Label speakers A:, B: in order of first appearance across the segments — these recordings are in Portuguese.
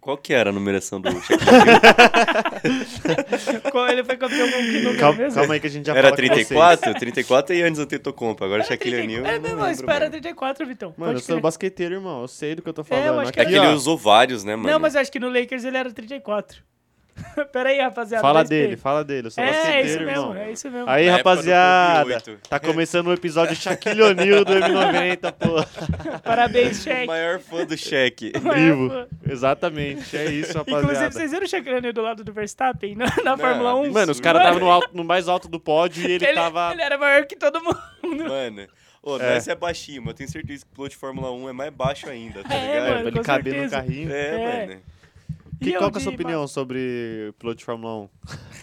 A: Qual que era a numeração do cheque?
B: Qual ele foi campeão com que número
C: Calma,
B: mesmo?
C: calma aí que a gente já
A: Era
C: fala com vocês.
A: 34? 34 e antes eu Tetocompo. Agora Shaquille O'Neal.
B: É,
A: eu não
B: não,
A: lembro,
B: espera
A: mano.
B: 34, Vitão.
C: Mano, eu
B: Pode
C: sou
B: crer.
C: basqueteiro, irmão. Eu sei do que eu tô
B: eu
C: falando.
B: acho que
A: É que ele
C: ó,
A: usou vários, né, mano?
B: Não, mas eu acho que no Lakers ele era 34. Pera aí, rapaziada.
C: Fala
B: dois P.
C: dele, fala dele. Eu sou
B: É, é
C: basqueteiro,
B: isso mesmo,
C: irmão.
B: é isso mesmo.
C: Aí,
A: Na época do
C: rapaziada,
A: Clube 8.
C: tá começando o episódio Shaquille O'Neal do M90, pô.
B: Parabéns,
A: é O
B: Shaq.
A: maior fã do cheque.
C: Vivo.
B: É, pô.
C: Exatamente, é isso,
B: Inclusive,
C: rapaziada.
B: vocês viram o Shaq O'Neal do lado do Verstappen na, na Fórmula 1?
C: Mano, os caras
B: Mano.
C: estavam no, alto- no mais alto do pódio e ele,
B: ele,
C: tava...
B: ele era maior que todo mundo.
A: Mano, ô,
C: É.
A: nós é. baixinho, mas eu tenho certeza que o piloto de Fórmula 1 é mais baixo ainda, tá
B: É,
A: ligado?
B: mano.
C: pra ele
B: com
C: caber
B: certeza.
C: no carrinho.
A: É,
B: É.
A: mano.
C: Que,
B: E
C: qual
B: eu
C: que é a sua
B: de-
C: opinião sobre piloto de Fórmula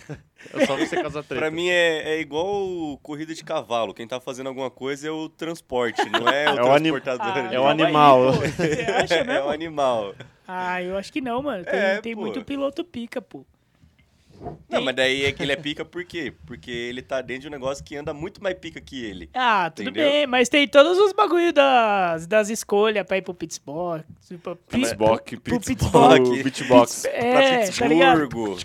C: 1? é só você causar treta.
A: Pra mim é, é igual corrida de cavalo. Quem tá fazendo alguma coisa é o transporte, não é o
C: É o anim-
A: transportador.
B: Ah,
A: ali.
C: É um
B: não, aí,
C: animal.
B: pô, Ah, Você acha
A: É o
B: mesmo?
A: animal.
B: Ah, eu acho que não, mano. Tem,
A: É,
B: tem
A: pô.
B: muito piloto pica, pô.
A: Não,
B: Tem-
A: mas daí é que ele é pica por quê? Porque ele tá dentro de um negócio que anda muito mais pica que ele.
B: Ah, tudo
A: Entendeu?
B: bem, mas tem todos os bagulho das, das escolhas pra ir pro Pittsburgh. Tipo, pit-
C: Pitbox,
B: pro
C: pitbox,
A: Pittsburgh.
C: pitbox.
B: É, tá ligado?
A: Pittsburgh.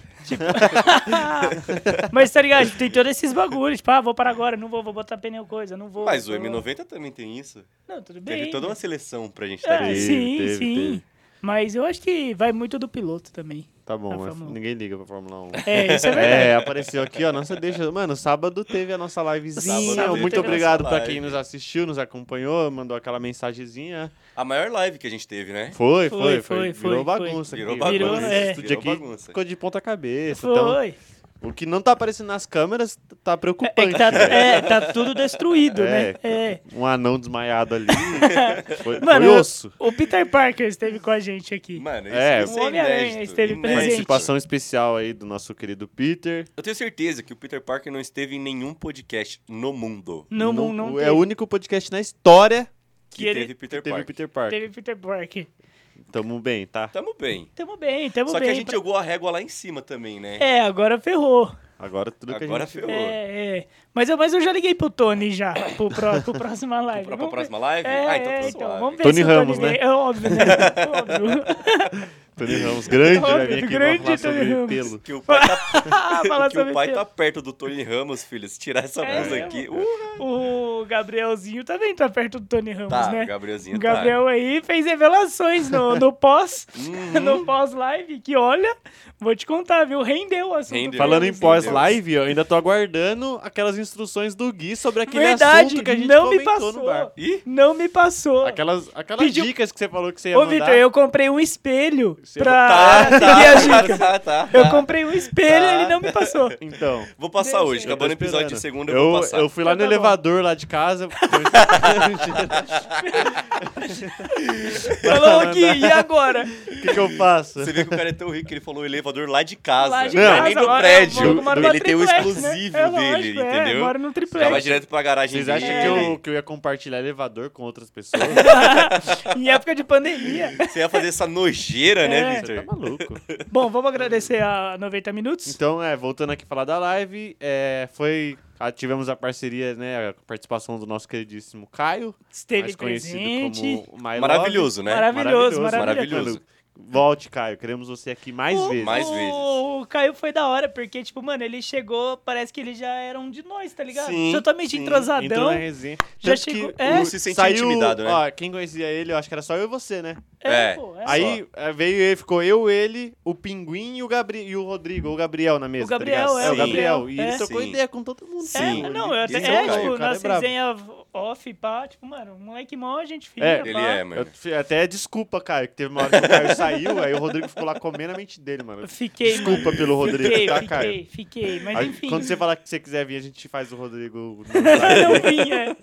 B: Mas tá ligado? Tipo, Tem todos esses bagulhos. Tipo, ah, vou parar agora, não vou, vou botar pneu coisa, não vou.
A: mas o
B: vou-
A: M90 também tem isso.
B: Não, tudo bem.
A: Teve toda uma seleção pra gente
B: É,
A: estar aqui.
B: sim,
C: teve,
B: sim.
C: teve.
B: Mas eu acho que vai muito do piloto também.
C: Tá bom,
B: A
C: mas
B: Fórmula 1.
C: ninguém liga pra Fórmula 1.
B: É, isso é verdade.
C: É, apareceu aqui, ó. Nossa, deixa. Mano, sábado teve a nossa livezinha.
B: Sábado teve
C: Muito
B: a nossa
C: obrigado pra
A: live.
C: quem nos assistiu, nos acompanhou, mandou aquela mensagenzinha.
A: A maior live que a gente teve, né?
C: Foi,
B: Foi,
C: foi,
B: foi,
C: foi.
B: foi.
C: Virou bagunça.
A: Virou
C: aqui.
B: Virou,
A: bagunça.
B: é.
C: Estúdio
A: Virou
C: aqui
A: bagunça.
C: ficou de ponta cabeça. Então,
B: Foi.
C: o que não tá aparecendo nas câmeras tá preocupante.
B: É que tá,
C: velho.
B: é, tá tudo destruído, né? É.
C: Um anão desmaiado ali. Foi,
B: Mano,
C: foi osso.
B: O Peter Parker esteve com a gente aqui.
A: Mano, isso
C: É.
A: é, isso
B: O
A: é
B: Homem-Aranha
A: inédito.
B: esteve
A: inédito.
B: presente.
C: Participação especial aí do nosso querido Peter.
A: Eu tenho certeza que o Peter Parker não esteve em nenhum podcast no mundo
B: Não, não,
C: Não-
B: não
C: é
B: teve,
C: o único podcast na história
A: que,
B: Que ele-
A: teve Peter
C: que teve
A: Parker.
C: Peter Parker.
B: teve Peter Parker.
C: Tamo bem, tá?
A: Tamo bem.
B: Tamo bem, tamo
A: Só
B: bem.
A: que a gente jogou a régua lá em cima também, né?
B: É, agora ferrou.
C: Agora tudo que a
A: Agora
C: gente...
A: ferrou.
B: É, é. Mas eu, mas eu já liguei pro Tony já, pro, pró- pro próxima live.
A: Pra, pra
B: Vamos ver-
A: próxima live?
B: É,
A: ah, então tá
B: é,
A: suave.
B: vamos ver
C: Tony
B: se o
C: Ramos,
B: vem.
C: né?
B: É óbvio, né? óbvio.
C: Tony Ramos, grande, vai
B: Óbvio,
C: vir aqui
B: grande
C: pra falar
B: Tony
C: sobre
B: Ramos.
C: pelo.
A: Que o pai tá,
B: Falar
A: que o
B: Ah, sobre
A: pai
B: isso.
A: tá perto do Tony Ramos, filho. Se tirar essa
B: É
A: blusa
B: mesmo?
A: aqui. Uh,
B: O Gabrielzinho também tá perto do Tony Ramos,
A: tá,
B: né?
A: o Gabrielzinho
B: O Gabriel aí fez revelações no, no pós,
A: Uhum.
B: no pós-live, que olha, vou te contar, viu? Rendeu o assunto.
A: Rendeu.
C: Falando em
A: Deus,
C: pós-live, eu ainda tô aguardando aquelas instruções do Gui sobre aquele
B: Verdade,
C: assunto que a gente
B: não me
C: comentou
B: passou.
C: no bar.
A: tá. Ih,
B: Não me passou.
C: Aquelas, aquelas
B: Pediu-
C: dicas que você falou que você ia
B: Ô,
C: mandar.
B: Vitor, eu comprei um espelho
C: Você-
B: pra
A: tá, tá,
B: seguir Ah, é, a
A: tá,
B: dica.
A: tá, tá,
B: Eu
A: tá.
B: comprei um espelho e
A: Tá.
B: ele não me passou.
C: Então...
A: Vou passar
B: Deixa,
A: hoje.
B: eu tô
A: Acabando o episódio de
C: esperando.
A: segunda, eu, vou passar.
C: Eu fui lá
B: Então
C: no
B: tá bom.
C: elevador lá de casa.
B: Falou aqui, e agora?
C: O que, que eu faço?
A: Você vê que o cara é tão rico que ele falou o elevador lá de casa.
B: Lá de
A: não,
B: casa,
A: é nem do
B: agora eu
A: prédio.
B: vou- moro
A: Ele
B: numa
A: tem o
B: triplex, né?
A: exclusivo
B: É
A: dele,
B: lógico, é,
A: entendeu?
B: moro num triplex.
A: Já vai direto pra garagem
C: Vocês
A: dele.
C: acham
B: É.
C: que eu, que eu ia compartilhar elevador com outras pessoas?
B: em época de pandemia.
A: Você ia fazer essa nojeira, né,
B: É.
C: Você tá
A: Victor?
C: maluco.
B: Bom, vamos agradecer a 90 Minutos.
C: Então, é, voltando aqui a falar da live, é, foi. a- tivemos a parceria, né? A participação do nosso queridíssimo Caio,
A: Então,
B: Esteve
C: mais conhecido
B: presente.
C: como My Love.
A: Maravilhoso, né?
B: Maravilhoso, maravilhoso.
A: Maravilhoso.
C: Volte, Caio. Queremos você aqui mais
B: O-
C: vezes.
A: mais vezes.
B: O Caio foi da hora, porque, tipo, mano, ele chegou, parece que ele já era um de nós, tá ligado?
A: Sim,
B: Totalmente
A: sim.
C: Entrou
B: entrosadão.
C: na resenha.
B: Já
C: Tanto que
B: chegou-
C: o-
B: é. Não
A: se sentiu
C: saiu,
A: intimidado, né?
C: Ó, quem conhecia ele, eu acho que era só eu e você, né?
A: É.
B: pô, é.
C: Aí é, veio ele, ficou eu, ele, o Pinguim e o, Gabri e o Rodrigo, ou o Gabriel na mesa.
B: O Gabriel,
C: tá ligado?
A: é,
C: o
A: sim.
C: Gabriel. E
B: É.
C: ele trocou
A: Sim.
C: ideia com todo mundo.
B: É,
A: Sim.
B: não, eu até,
A: Esse
B: é,
A: o Caio,
B: tipo,
C: o cara
B: nas
C: é brabo.
B: resenhas off, pá, tipo, mano, um moleque mó, gente fina,
C: É,
B: pá.
A: Ele é, mano.
C: Eu f- até desculpa, Caio, que teve uma hora que o Caio saiu, aí o Rodrigo ficou lá comendo a mente dele, mano.
B: Fiquei,
C: Desculpa pelo
B: mano.
C: Rodrigo,
B: Fiquei,
C: tá, Caio?
B: fiquei, fiquei, mas
C: Aí,
B: enfim. né?
C: quando você falar que você quiser vir, a gente faz o Rodrigo.
B: Não vinha.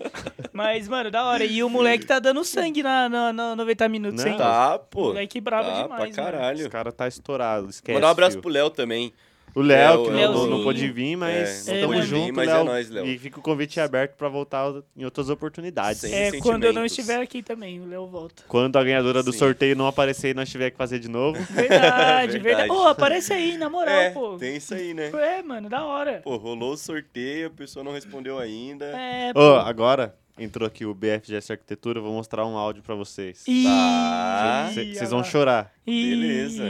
B: Mas, mano, da hora. E o moleque tá dando sangue na, na, na 90 minutos,
C: Não.
B: hein?
A: Tá, pô.
B: Moleque brabo
A: tá,
B: demais, né? mano.
A: pra
C: Esse
A: caralho.
C: cara tá estourado, esquece.
A: Mandar um abraço
C: filho.
A: pro Léo também.
C: O Léo,
A: Léo,
C: que
B: Léo,
C: não, não
B: sim.
C: pôde vir, mas
A: É,
B: não
C: tamo
B: pôde vir,
C: junto,
A: mas é
C: Léo.
A: nóis, Léo.
C: E fica o convite aberto pra voltar em outras oportunidades.
A: Sim.
B: É, quando eu não
A: sentimentos.
B: estiver aqui também, o Léo volta.
C: Quando a ganhadora do
A: Sim.
C: sorteio não aparecer e nós tiver que fazer de novo.
B: Verdade,
A: Verdade.
B: verdade. Ô, aparece aí, na moral,
A: é,
B: pô.
A: tem isso aí, né?
B: É, mano, da hora.
A: Pô, tá. rolou o sorteio, a pessoa não respondeu ainda.
B: É,
C: Ô, agora, entrou aqui o BFGS Arquitetura, eu vou mostrar um áudio pra vocês.
B: Ih,
A: Tá.
B: olha
C: Vocês vão
B: lá.
C: chorar.
B: Ih,
A: Beleza.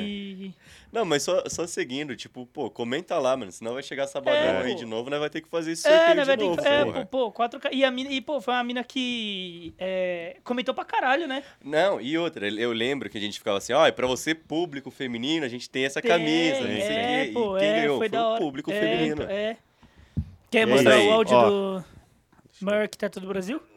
A: Não, mas só, só seguindo, tipo, pô, comenta lá, mano. Senão vai chegar sabadão
B: É,
A: aí
B: pô.
A: de novo, nós vai ter que fazer esse sorteio
B: É, né,
A: de
B: velho?
A: novo,
B: tem- É,
A: porra.
B: pô, pô, 4K. E, a mina, e, pô, foi uma mina que é, comentou pra caralho, né?
A: Não, e outra, eu lembro que a gente ficava assim, ó, é pra você, público feminino, a gente tem essa
B: Tem,
A: camisa, não sei o
B: é,
A: quê. E
B: pô,
A: quem
B: é,
A: ganhou
B: foi, da
A: o
B: hora.
A: público
B: É,
A: feminino.
B: É. Quer
C: E
B: mostrar
A: aí?
B: o áudio
C: Ó.
B: do maior arquiteto do Brasil?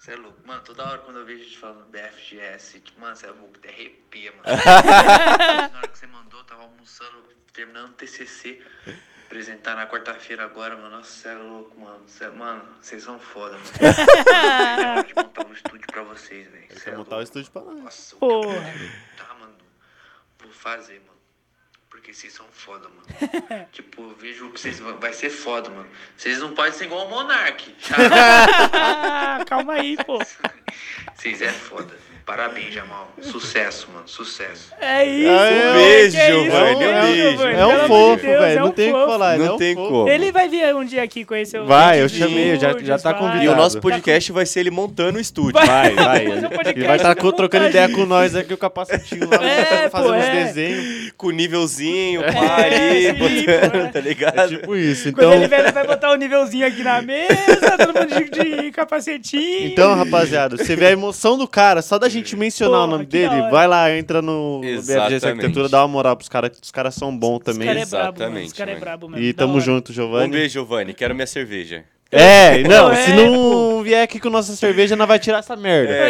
D: Você é louco. Mano, toda hora quando eu vejo a gente falando BFGS, tipo, mano, você é louco, até arrepia, mano. Na hora que você mandou, eu tava almoçando, terminando o TCC, apresentar na quarta-feira agora, mano. Nossa, você é louco, mano. Cê- mano, vocês são foda, mano. Eu vou de montar um estúdio pra vocês, velho.
C: Ele
D: Cê
C: quer
D: é
C: montar o
D: louco.
C: estúdio pra nós.
D: Nossa, o que eu
B: Porra.
D: quero- tá, mano. Vou fazer, mano. Porque vocês são foda, mano. tipo, eu vejo que vocês vão- vai ser foda, mano. Vocês não podem ser igual o Monark. sabe?
B: Ah, calma aí, pô.
D: Vocês é foda. Parabéns, Jamal. Sucesso, mano. Sucesso.
B: É isso,
C: É,
B: mano,
A: beijo,
B: que isso,
A: velho,
B: mano,
A: beijo.
B: mano,
C: É
A: Pelo
B: pelo
A: amor
C: um
A: de
C: fofo,
B: Deus,
C: velho.
B: é
C: não
B: um
C: tem o que
B: fofo.
C: falar. ele
A: Não
C: é um
A: tem
C: fofo.
A: como.
B: Ele vai vir um dia aqui conhecer o
C: Vai, eu
B: Estúdio
C: chamei, eu já-
B: Lourdes,
C: já tá
B: vai.
C: convidado.
A: E o nosso
C: Tá.
A: podcast vai ser ele montando o estúdio.
C: Vai, vai.
B: Fazer um podcast
C: Ele vai estar
B: com
C: trocando
B: montagem.
C: ideia com nós aqui, o capacetinho lá,
B: É, pô,
C: fazendo
B: é.
C: uns desenhos.
A: Com nívelzinho,
B: É,
A: pá, ali,
B: sim, pô,
A: botando,
B: é.
A: tá
C: É
A: ligado?
C: tipo isso.
B: Quando
C: Então,
B: ele vier, ele vai botar o nívelzinho aqui na mesa, todo mundo de, de capacetinho.
C: então, rapaziada, você vê a emoção do cara, só da gente mencionar
B: Porra,
C: o nome
B: que da
C: dele,
B: hora.
C: vai lá, entra no BFGS
A: Exatamente.
C: Arquitetura, dá uma moral pros caras, que os caras são bons
B: Esse
C: também.
B: cara é brabo, mano. Esse
A: Exatamente,
B: cara é
A: mano.
B: brabo mesmo.
C: E
B: da
C: tamo
B: hora.
C: junto,
A: Um
C: Giovanni.
A: beijo, Giovanni. Quero minha cerveja.
C: É, não,
B: Não,
C: se
B: é,
C: não vier aqui com nossa cerveja, não vai tirar essa merda.
A: É,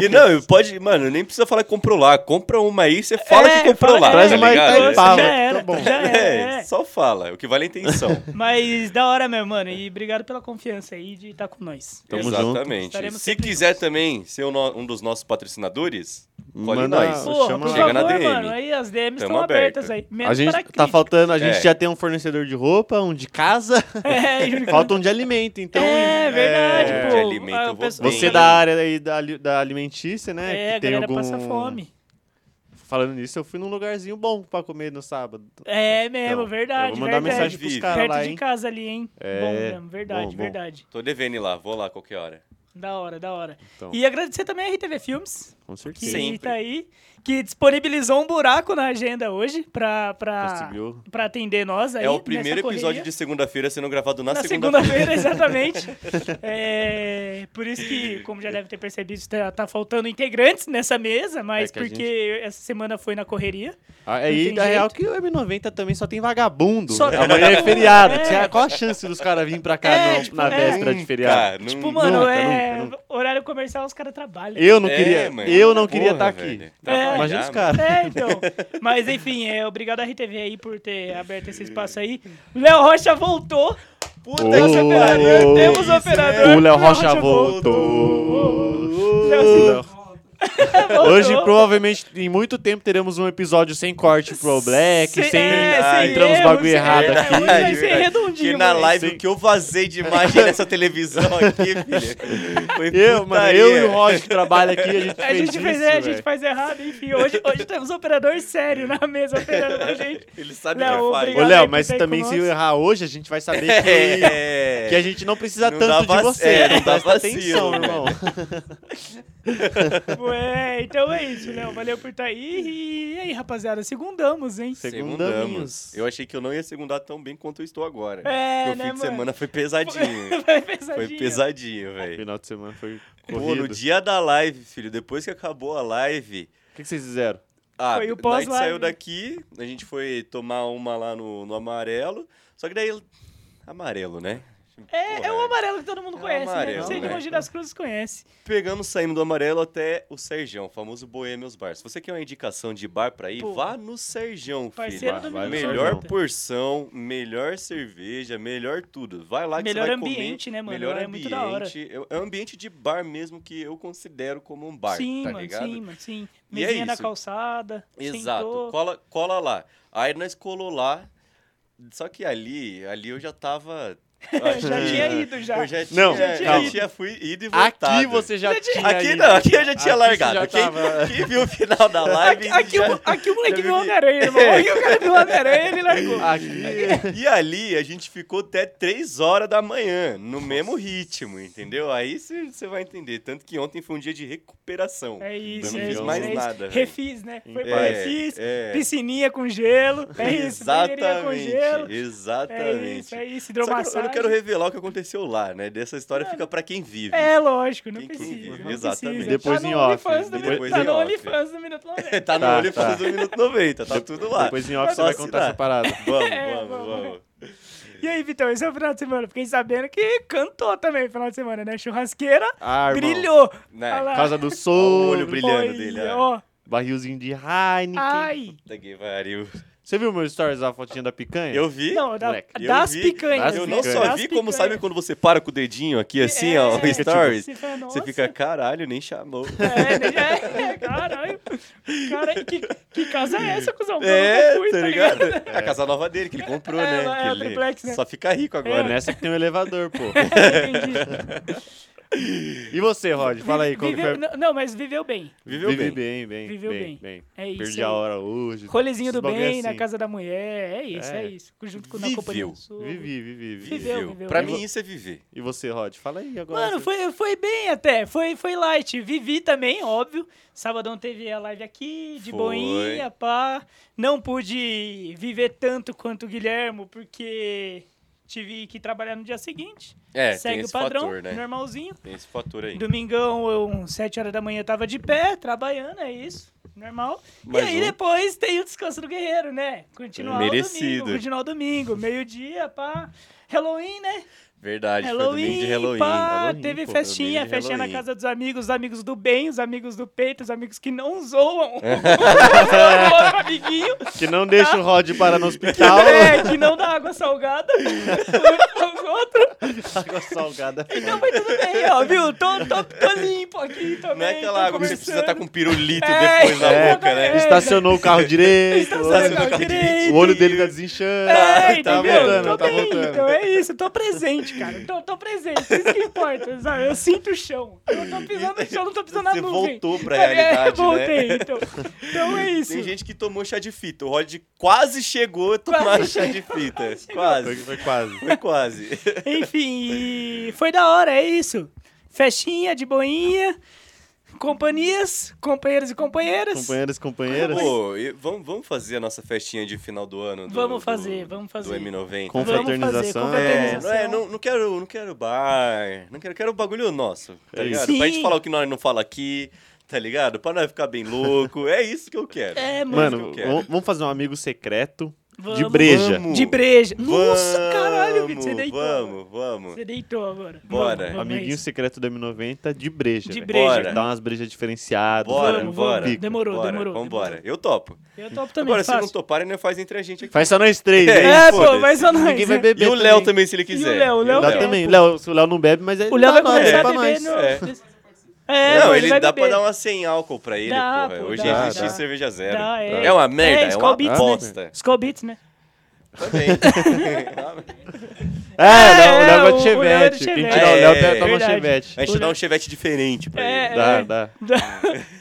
A: é. E não, pode. Mano, nem precisa falar que comprou lá. Compra uma aí, você fala
B: É,
A: que comprou
B: fala-
A: lá.
C: Traz
A: tá
C: uma
A: ligado?
B: Nossa,
C: Itaipava.
B: Já
C: Tá
B: era,
C: bom.
B: já era.
A: É,
B: é.
A: só fala. O que vale é a intenção.
B: Mas da hora mesmo, mano. E obrigado pela confiança aí de estar com nós.
C: Tamo junto.
A: Exatamente.
B: Estaremos
A: Se
B: sempre
A: quiser também ser um, no- um dos nossos patrocinadores, pode
C: Manda-
A: nós.
C: Pô,
B: Porra,
C: Ah, chama-
B: por
A: Chega na
B: favor,
A: DM.
B: mano. Aí as DMs
A: Tamo
B: estão abertas
A: aberto.
B: aí.
C: A
B: Menos
C: gente
B: para
C: tá
B: crítica.
C: faltando, a gente
A: É.
C: já tem um fornecedor de roupa, um de casa,
B: É, Júlio.
C: falta um de alimento, então.
B: é verdade,
A: é,
B: pô.
A: de alimento
B: Ah,
A: eu
B: o
A: vou
B: pessoal-
A: bem.
C: Você da área aí da, ali- da alimentícia, né?
B: É, a
C: que tem
B: galera
C: algum...
B: passa fome.
C: Falando nisso, eu fui num lugarzinho bom pra comer no sábado.
B: É mesmo,
C: Então,
B: verdade.
C: eu vou mandar
B: verdade.
C: mensagem pros
A: Vive.
C: caras
B: Perto
C: lá,
B: de
C: hein?
B: casa ali, hein?
C: É,
B: Bom mesmo, verdade,
C: bom, bom.
B: verdade.
A: Tô devendo ir lá, vou lá qualquer hora.
B: Da hora, da hora.
C: Então.
B: E agradecer também a RTV Filmes,
C: Com
B: que
C: certeza.
A: Sempre.
B: tá aí, que disponibilizou um buraco na agenda hoje pra, pra,
C: Conseguiu.
B: pra atender nós aí.
A: é o
B: nessa
A: primeiro episódio
B: correria.
A: de segunda-feira sendo gravado na,
B: Na
A: segunda-feira.
B: segunda-feira, exatamente. É, por isso que, como já deve ter percebido, tá, tá faltando integrantes nessa mesa, mas
C: É que a
B: porque essa semana foi na correria.
C: Ah,
B: Não
C: e
B: tem
C: da
B: jeito.
C: real que o M90 também só tem vagabundo.
B: Só-
C: Amanhã é feriado.
B: É.
C: Tinha- Qual a chance dos caras virem pra cá
B: É,
C: no-
B: tipo,
C: na
B: é.
C: véspera de feriado?
A: Nunca,
B: Tipo,
A: nunca,
B: mano,
C: nunca,
B: é
C: nunca,
B: horário comercial, os caras trabalham.
C: Eu não
A: É,
C: queria,
A: mano.
C: eu não queria
A: Porra,
C: estar aqui.
A: velho.
B: É.
C: Imagina os
A: Trabalhar,
C: caras.
B: É, então. Mas enfim, é, obrigado à RTV aí por ter aberto esse espaço aí. Léo Rocha voltou.
A: Puta
C: Ô,
A: que pariu.
B: Temos
A: isso,
B: operador.
A: né?
C: O Léo Rocha
B: Rocha
C: voltou.
B: Léo- tá, Voltou.
C: Hoje, provavelmente, em muito tempo, teremos um episódio sem corte pro Black,
B: Se-
C: sem
B: é,
A: sem
C: entramos
B: erro,
C: bagulho
B: sem-
C: errado
B: é,
C: aqui.
B: hoje vai ser
A: Verdade.
B: redondinho.
A: Que na
B: moleque.
A: live
C: Sim.
A: o que eu vazei de imagem nessa televisão aqui, filho. Foi
C: Eu, mano,
A: É, putaria.
C: eu e o Roger que trabalha aqui, a gente
B: A
C: fez
B: gente,
C: isso,
B: fez, é, a gente
C: velho.
B: faz errado, enfim. Hoje, hoje temos um operador sério na mesa operando com a gente.
A: Ele sabe
B: Léo,
A: o que faz.
C: Ô,
B: obrigado aí
C: Léo,
B: por
C: mas
B: ter aí
C: também se
B: conosco.
C: eu errar hoje, a gente vai saber que,
A: É.
C: que a gente não precisa
A: Não dá
C: tanto de
A: vac-
C: você.
A: é,
C: né?
A: não dá
C: Presta
A: vacilo,
C: atenção,
A: velho.
C: irmão.
B: Ué, então é isso, Léo. Valeu por estar aí. E aí, rapaziada, segundamos, hein?
C: é Segundamos.
A: Segundamos. Eu achei que eu não ia segundar tão bem quanto eu estou agora.
B: É,
A: Meu
B: né,
A: fim de
B: mano?
A: semana foi pesadinho.
B: Foi pesadinho.
A: Foi pesadinho, velho.
C: Final de semana foi
A: Pô, no
C: corrido.
A: dia da live, filho, depois que acabou a live,
C: O que que vocês fizeram?
A: Ah,
B: Foi
A: daí a
B: o
A: gente
B: pós-live.
A: saiu daqui, a gente foi tomar uma lá no, no amarelo. Só que daí. Amarelo, né?
B: É, é o amarelo que todo mundo
A: É o
B: conhece, né?
A: amarelo,
B: Você de
A: né?
B: Mogi das Cruzes conhece.
A: Pegamos, saímos do amarelo até o Sergião, o famoso Boêmios Bar. Se você quer uma indicação de bar pra ir,
B: Pô.
A: vá no Sergião, filho.
B: Parceiro
C: vai,
B: do
C: vai,
B: Minuto
A: Melhor
C: Sergião.
A: porção, melhor cerveja, melhor tudo. Vai lá que
B: Melhor
A: você vai comer.
B: ambiente, né, mano?
A: Melhor
B: É
A: ambiente.
B: muito da hora.
A: Eu- É um ambiente de bar mesmo que eu considero como um bar,
B: sim,
A: tá
B: mano,
A: ligado?
B: sim, mano, sim.
A: E é
B: Mesinha na
A: isso.
B: calçada.
A: Exato,
B: sentou.
A: cola, cola lá. Aí nós colou lá, só que ali, ali eu já tava Eu acho
B: Já
A: que-
B: tinha ido, já.
A: Eu já tinha,
C: Não,
A: já
B: calma.
A: tinha, fui ido e voltado.
C: Aqui você já tinha.
A: Aqui
C: ido.
A: não, aqui eu já tinha
C: Aqui você
A: largado.
C: já
A: quem,
C: tava-
A: quem viu o final da live.
B: Aqui, aqui,
A: já-
B: o, aqui o moleque
A: já Ah,
B: viu o
A: vivi.
B: Homem-Aranha, irmão. Aqui o cara viu o Homem-Aranha, ele largou.
C: Aqui.
A: E ali a gente ficou até 3 horas da manhã, no mesmo ritmo, entendeu? Aí você vai entender. Tanto que ontem foi um dia de
C: tipo,
A: recuperação.
B: É isso,
A: não
B: é
A: fiz
B: isso.
A: mais
B: é isso.
A: nada, velho.
B: Refiz, né? Foi pra
A: É,
B: refis,
A: é.
B: piscininha com gelo. É isso, banheirinha com
A: Exatamente.
B: gelo. É
A: Exatamente.
B: isso, é isso,
A: Só que eu- eu não
B: hidromassagem.
A: quero revelar o que aconteceu lá, né? Dessa história fica pra quem vive.
B: É, lógico, não
A: Quem que
B: precisa.
A: vive?
B: não
A: Exatamente.
B: precisa.
C: Depois
B: tá
C: em
B: no
C: off,
B: OnlyFans do
A: depois
B: Minuto- Tá
A: em
B: no
A: off. é.
B: OnlyFans do Minuto 90.
A: tá no
C: Tá,
A: olho
C: tá.
A: faz do minuto 90, tá tudo lá.
C: Depois em off você vai contar
A: vacinar.
C: essa parada.
A: Vamos,
B: É,
A: vamos,
B: vamos.
A: vamos.
B: E aí, Vitão, esse é o final de semana. Fiquei sabendo que cantou também no final de semana, né? Churrasqueira
C: Ah, irmão.
B: brilhou.
A: Né,
B: Olha lá.
C: Por causa do
A: Olha o
C: sol,
A: olho brilhando
B: Olha,
A: dele, é. ó.
B: ó.
C: barrilzinho de Heineken.
B: Ai.
A: Puta que pariu.
C: Você viu meu stories, a fotinha da picanha?
A: Eu vi.
B: Não, da-
C: Moleque,
A: eu
B: das
A: vi-
B: picanhas.
A: Eu
C: das
B: né?
A: não só
B: Das
A: vi, como
B: picanhas.
A: sabe quando você para com o dedinho aqui, assim,
B: É,
A: ó,
B: é,
A: o stories.
B: tipo, você fala,
A: Você
B: "Nossa."
A: fica, caralho, nem chamou.
B: É, né? é, é, caralho. Cara, que, que casa é essa, cuzão? Eu
A: É,
B: nunca fui,
A: tá ligado? É a casa nova dele, que ele comprou,
B: É,
A: né?
B: é
A: que
B: o
A: ele
B: triplex, né?
A: Só fica rico
C: É
A: agora.
C: nessa que tem um elevador, pô.
B: É, Entendi.
C: E você, Rod? Fala aí, como que
B: Viveu-
C: foi?
B: não- Não, mas viveu bem.
A: Viveu
C: Vivi
A: bem.
C: bem, bem,
B: Viveu
C: bem,
B: bem.
C: bem.
B: É isso
C: Perdi
B: aí.
C: a hora hoje.
B: Rolezinho
C: esses
B: do
C: bagulho
B: bem, na
C: assim.
B: casa da mulher. É isso, é,
C: É.
B: isso. Junto com na
A: Viveu.
B: companhia do Sul.
C: Vivi, vivi, vivi.
B: Viveu, viveu.
A: Pra
B: Eu
A: mim,
B: vou-
A: isso é viver.
C: E você, Rod? Fala aí agora.
B: Mano,
C: você-
B: foi, foi bem até. Foi, foi light. Vivi também, óbvio. Sabadão teve a live aqui, de
A: Foi.
B: boinha, pá. Não pude viver tanto quanto o Guilhermo, porque tive que trabalhar no dia seguinte.
A: É,
B: Segue
A: tem
B: o
A: esse
B: padrão,
A: fator, né?
B: normalzinho.
A: Tem esse fator aí.
B: Domingão, eu, 7 horas da manhã, tava de pé, trabalhando, é isso. Normal.
A: Mais
B: e aí
A: um.
B: depois tem o descanso do guerreiro, né? Continuar o
A: Merecido.
B: domingo, continuar o domingo. Meio-dia, pá. Halloween, né?
A: Verdade, foi domingo de
B: Halloween,
A: Halloween.
B: pá,
A: Halloween,
B: teve
A: pô,
B: festinha,
A: domingo de
B: festinha na
A: Halloween.
B: casa dos amigos, os amigos do bem, os amigos do peito, os amigos que não zoam. o outro amiguinho,
C: Que não deixa o Rod parar no
B: que,
A: Tá
C: hospital.
B: é, que não dá água salgada. os outros.
C: Água salgada.
B: Então, mas tudo bem, ó, viu? Tô, tô, tô limpo aqui também.
A: Não é
B: tô
A: aquela água que você precisa estar
B: conversando.
A: com um pirulito
B: É,
A: depois na
C: é,
A: boca, né?
B: é.
C: Estacionou o carro direito.
B: Estacionou
A: o carro
B: direito.
C: O olho dele tá desinchando.
B: É,
C: tá
B: entendeu?
C: voltando,
B: tô
C: tá
B: bem, então
C: voltando.
B: é isso, tô presente, cara. Tô, tô presente, isso que importa, sabe? Eu sinto o chão. Eu tô pisando no chão, não tô pisando na
A: Você
B: nuvem.
A: voltou pra
B: É,
A: realidade, né?
B: voltei, então. Então é isso.
A: Tem gente que tomou chá de fita. O Rod quase chegou a tomar
B: Quase
A: chá de fita. Quase.
C: Foi, foi quase.
A: Foi quase.
B: Enfim, e foi da hora, é isso. Festinha de boinha, companhias, companheiros e companheiras.
C: Companheiros, companheiras.
A: Pô, e vamos, vamos fazer a nossa festinha de final do ano? do-
B: Vamos
A: do-
B: fazer, vamos
A: Do
B: fazer.
A: M90.
C: Com-
B: Vamos fazer
C: Confraternização.
A: É,
B: confraternização.
A: não, é, não, não quero, não quero bar, não quero, quero bagulho nosso, tá
C: É
A: ligado?
B: isso.
A: Pra gente
B: Sim.
A: falar o que nós não fala aqui, tá ligado? Pra nós ficar bem louco, é isso que eu quero.
B: É,
A: que
C: Mano,
A: eu quero.
C: vamos- vamos fazer um amigo secreto de
B: Vamos.
C: breja.
A: Vamos.
B: De breja. Nossa, caralho, Vitor, você
A: Vamos,
B: deitou.
A: Vamos, vamos.
B: Você deitou agora.
A: Bora.
B: Vamos, vamos, é
C: Amiguinho
B: isso.
C: secreto do M90 de breja.
B: De
C: velho.
B: breja.
A: Bora.
C: Dá umas brejas diferenciadas.
A: Bora,
C: um
B: Vamos,
A: bora.
C: pico.
B: Demorou,
A: bora,
B: demorou,
A: Vambora, eu topo.
B: Eu topo também,
A: Agora, se
B: fácil.
A: não toparem, nós faz entre a gente aqui.
C: Faz só nós três,
A: É,
C: hein?
B: É, pô,
A: foda-se.
B: mas só nós.
C: Ninguém vai
B: né?
C: beber.
A: E o Léo também, se ele
B: E
A: quiser.
B: o Léo, o Léo
C: Léo
B: quer.
C: também. Léo, o Léo não bebe, mas ele
B: é, O Léo
C: dá
B: vai
C: uma breja
B: começar a
C: né? pra
B: beber né?
C: nós.
B: no...
A: É.
B: É,
A: não,
B: pô,
A: ele,
B: vai
A: dá
B: beber.
A: pra dar uma sem álcool pra ele,
B: Dá,
A: porra.
B: pô,
A: Hoje
B: dá,
A: existe
C: dá.
A: cerveja zero.
B: Dá, é.
A: é. uma merda,
B: É,
A: é,
B: Skol
A: uma
B: Beats, né?
A: bosta.
B: Skull Beats, né?
A: Também.
C: É, não,
B: É,
C: o Léo
B: o-
C: gosta de
B: o Léo é do
C: chevette. Quem
B: Chevette.
C: tirar o Léo
A: É,
C: toma
B: verdade.
C: chevette.
A: a gente dá um chevette diferente pra
B: É,
A: ele.
C: Dá, dá.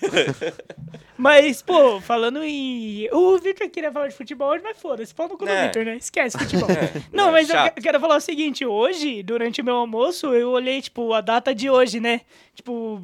B: Mas, pô, falando em. O Victor queria falar de futebol hoje, mas foda-se. Pau no cu do
A: É.
B: Victor, né? Esquece futebol. não,
A: não,
B: mas eu
A: chato.
B: que- quero falar o seguinte: hoje, durante o meu almoço, eu olhei, tipo, a data de hoje, né? Tipo,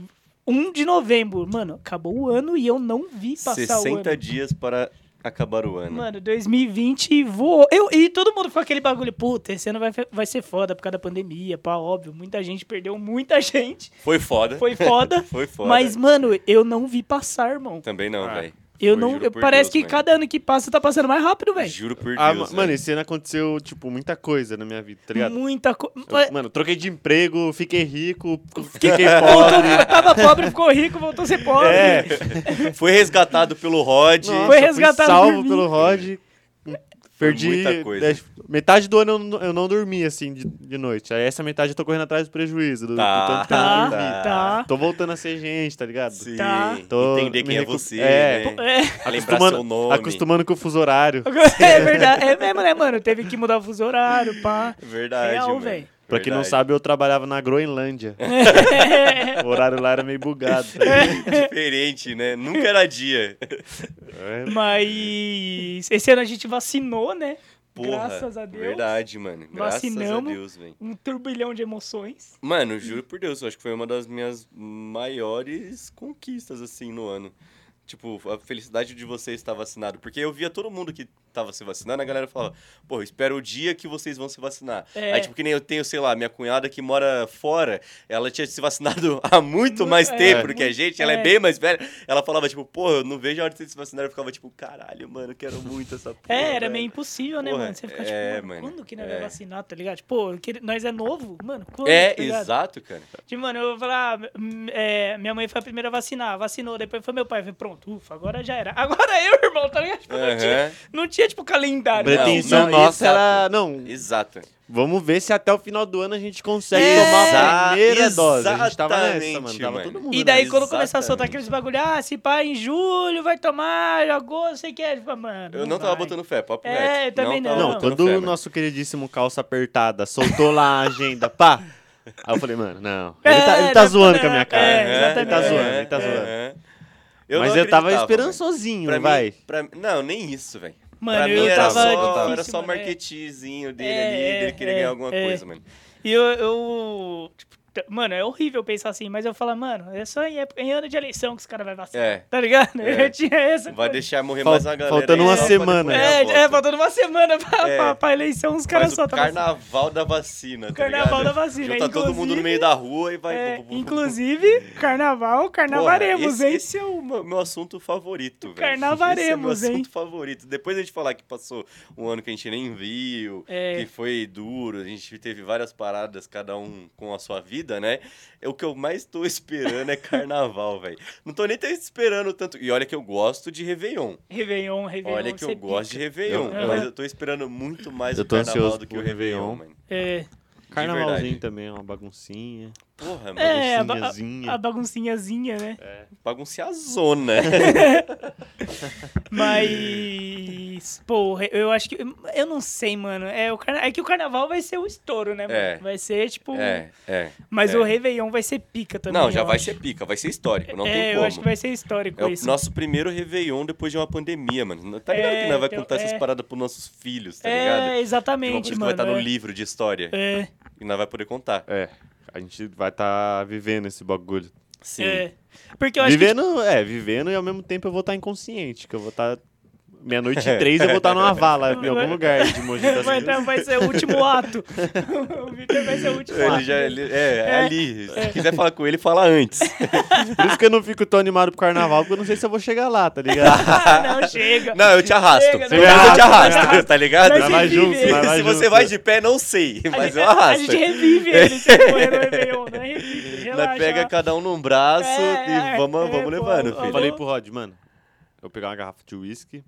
B: 1 de novembro. Mano, acabou o ano e eu não vi passar o ano.
A: 60 dias né? para acabar o ano.
B: Mano, 2020 voou. Eu, e todo mundo com aquele bagulho, puta, esse ano vai, fe- vai ser foda por causa da pandemia, pá, óbvio. Muita gente perdeu muita gente.
A: Foi foda.
B: Foi foda.
A: Foi foda.
B: Mas, mano, eu não vi passar, irmão.
A: Também não,
C: Ah.
A: velho.
B: Eu
A: Pô,
B: não.
A: juro
B: eu-
A: por
B: parece
A: Deus,
B: que
A: velho.
B: cada ano que passa tá passando mais rápido, velho.
A: Juro por
C: Ah,
A: Deus.
C: ma- mano,
A: velho.
C: esse ano aconteceu, tipo, muita coisa na minha vida, tá ligado?
B: Muita coisa.
C: Eu- Mano, troquei de emprego, fiquei rico, fiquei pobre.
B: Voltou, tava pobre, ficou rico, voltou a ser pobre.
C: É.
A: foi resgatado pelo Rod.
C: Nossa,
B: Foi
C: fui
B: resgatado por
C: salvo
B: mim.
C: pelo Rod.
A: É. Foi
C: Perdi
A: muita coisa.
C: dez- metade do ano eu não, eu não dormi, assim, de, de noite. Aí essa metade eu tô correndo atrás do prejuízo. Do, do
A: Tá.
C: tanto que eu
B: Tá,
C: não dormi.
B: tá.
C: Tô voltando a ser gente, tá ligado?
A: Sim,
B: Tá.
C: Tô
A: entender
C: me
A: quem é
C: recu-
A: você,
C: é.
A: né?
B: É.
A: Lembrar seu nome.
C: Acostumando com o fuso horário.
B: É verdade. É mesmo, né, mano? Teve que mudar o fuso horário, pá.
A: Verdade,
B: Real,
A: mano.
B: véi.
C: Pra quem não
A: Verdade.
C: sabe, eu trabalhava na Groenlândia.
B: É.
C: O horário lá era meio bugado. tá ligado?
A: Diferente, né? Nunca era dia.
C: É.
B: Mas esse ano a gente vacinou, né?
A: Porra,
B: Graças a Deus.
A: Verdade, mano. Graças
B: Vacinamos.
A: a Deus, velho.
B: Um turbilhão de emoções.
A: Mano, juro por Deus, eu acho que foi uma das minhas maiores conquistas, assim, no ano. Tipo, a felicidade de você estar vacinado. Porque eu via todo mundo que tava se vacinando, a galera falava, pô, espera o dia que vocês vão se vacinar.
B: É.
A: Aí, tipo, que nem eu tenho, sei lá, minha cunhada que mora fora, ela tinha se vacinado há muito
B: Mu-
A: mais
B: é,
A: tempo
B: muito-
A: que a gente, ela é.
B: é.
A: bem mais velha. Ela falava, tipo, pô, eu não vejo a hora de vocês se vacinar. Eu ficava, tipo, caralho, mano, eu quero muito essa porra.
B: É, era
A: velho."
B: meio impossível, né,
A: Porra,
B: mano? Você ficar
A: é,
B: tipo, mano,
A: mano,
B: quando que nós
A: é.
B: vai vacinar, tá ligado? Pô, que- nós é novo, mano, quando?
A: É,
B: tá ligado?
A: exato, cara.
B: Tipo, mano, eu vou falar, ah, hum, é, minha mãe foi a primeira a vacinar, vacinou, depois foi meu pai, foi pronto, ufa, agora já era. Agora eu, irmão, tá ligado? Tipo, não, tinha,
A: Aham,
B: não tinha, tipo, calendário.
A: Não,
C: Pretensão
A: não,
C: nossa
A: exato.
C: era. Não,
A: Exato.
C: vamos ver se até o final do ano a gente consegue
B: É.
C: tomar a primeira
A: Exa-
C: dose. A gente tava nessa, mano.
A: exatamente,
C: Tava
A: mano.
C: todo mundo.
B: E daí,
A: né?
B: quando começar a soltar
A: Exatamente.
B: aqueles bagulho, ah, se pá, em julho vai tomar, em agosto, sei que é. Tipo, mano,
A: Eu não tava
B: vai.
A: botando fé, papo
B: É,
A: reto.
B: eu também
A: tava
B: não.
C: Não,
A: botando
C: quando
A: fé,
C: o
A: mano.
C: nosso queridíssimo calça apertada soltou lá a agenda, pá. Aí eu falei, mano, não. Ele tá, ele tá
B: É,
C: zoando
B: é,
C: com a minha cara.
B: é,
C: Ele tá
B: exatamente.
C: zoando, ele tá zoando.
A: é.
C: Mas
A: não
C: eu tava
A: acreditava,
C: esperançosinho,
A: velho. Pra
C: vai.
A: mim- pra- Não, nem isso, velho.
B: Mano,
A: pra mim
B: eu
A: era
B: tava
A: só,
B: difícil,
A: era só o
B: mano, é.
A: marketingzinho dele
B: É,
A: ali,
B: é,
A: dele querer
B: é,
A: ganhar alguma
B: é.
A: coisa, mano.
B: E eu, eu, tipo, t- mano, é horrível pensar assim, mas eu falo, mano, é só em, época- em ano de eleição que os caras vão vacinar.
A: É.
B: Tá ligado?
A: É.
B: Eu tinha essa.
A: Vai deixar morrer
C: Fal-
A: mais uma galera.
C: faltando
A: aí
B: uma
A: só pra
C: semana.
A: depois ganhar
B: É,
A: voto.
B: é, faltando uma semana pra,
A: É.
B: pra- pra eleição, os
A: Faz
B: caras
A: o
B: só tava vacinando.
A: carnaval da vacina, tá
B: Carnaval
A: ligado?
B: da vacina,
A: Junta todo mundo no
B: inclusive-
A: meio da rua e vai... bu-
B: É,
A: bu- bu- bu-
B: inclusive, carnaval,
A: Porra,
B: carnavaremos,
A: esse,
B: hein?
A: Esse é o meu, meu assunto favorito, velho.
B: Carnavaremos,
A: esse é meu
B: hein?
A: assunto favorito. Depois a gente falar que passou um ano que a gente nem viu,
B: É.
A: que foi duro, a gente teve várias paradas, cada um com a sua vida, né? É, O que eu mais tô esperando é carnaval, velho. Não tô nem te- esperando tanto. E olha que eu gosto de Réveillon.
B: Réveillon, Réveillon.
A: olha que eu
B: você
A: gosto de
B: pica.
A: Réveillon.
B: Eu-
A: Mas
B: eu-
A: eu tô esperando muito mais
C: Eu
A: o
C: tô
A: carnaval
C: ansioso
A: do que o
C: pro
A: Réveillon,
C: Réveillon.
A: mano.
B: É,
A: De
C: Carnavalzinho
A: verdade.
C: também, uma baguncinha.
A: Porra, mano.
B: É, a, ba-
A: Hum.
C: baguncinhazinha.
B: a baguncinhazinha, né?
A: É. Baguncear a zona.
B: Mas, pô, eu acho que. Eu não sei, mano. É, o carna... é que o carnaval vai ser o estouro, né, mano?
A: É.
B: Vai ser, tipo.
A: é, é.
B: Mas
A: é.
B: o Réveillon vai ser pica também.
A: Não, já
B: eu
A: vai
B: acho.
A: ser pica, vai ser histórico, não
B: é,
A: tem
B: eu
A: como.
B: acho que vai ser histórico
A: É o
B: isso.
A: nosso primeiro Réveillon depois de uma pandemia, mano. Tá ligado
B: É,
A: que nós vai
B: então,
A: contar essas
B: é.
A: paradas pros nossos filhos, tá
B: é,
A: ligado? De uma
B: exatamente,
A: coisa que vai
B: mano.
A: estar no
B: é.
A: livro de história
B: É,
A: e nós vai poder contar.
C: É, a gente vai estar vivendo esse bagulho.
A: Sim.
B: é. Porque eu acho que.
C: vivendo, é, vivendo e ao mesmo tempo eu vou estar inconsciente, que eu vou estar... Meia-noite e três eu vou estar numa vala em algum lugar de Mogi das
B: Vai,
C: Cruzes.
B: tá- vai ser o último ato. o Victor vai ser o último
A: Ele
B: ato.
A: já, ele- é, é
B: É.
A: ali. Se quiser falar com ele, fala antes.
C: Por isso que eu não fico tão animado pro carnaval, porque eu não sei se eu vou chegar lá, tá ligado?
B: Ah, não, chega.
A: Não, eu te arrasto.
B: Chega,
A: Pelo
C: não.
A: menos eu te
B: Arrasta,
A: arrasto, tá ligado?
B: Mas
C: Vai lá
B: vive
C: junto,
B: ele.
C: vai lá
A: Se você
C: junto.
A: vai de pé, não sei,
B: A
A: mas
B: gente-
A: eu
B: a
A: arrasto.
B: gente revive ele se for no Réveillon, né? Revive, relaxa.
A: Nós pega cada um num braço
B: É,
A: e vamos,
B: é,
A: vamos
B: pô,
A: levando,
B: eu
A: filho.
C: Eu falei pro Rod, mano, eu vou pegar uma garrafa de uísque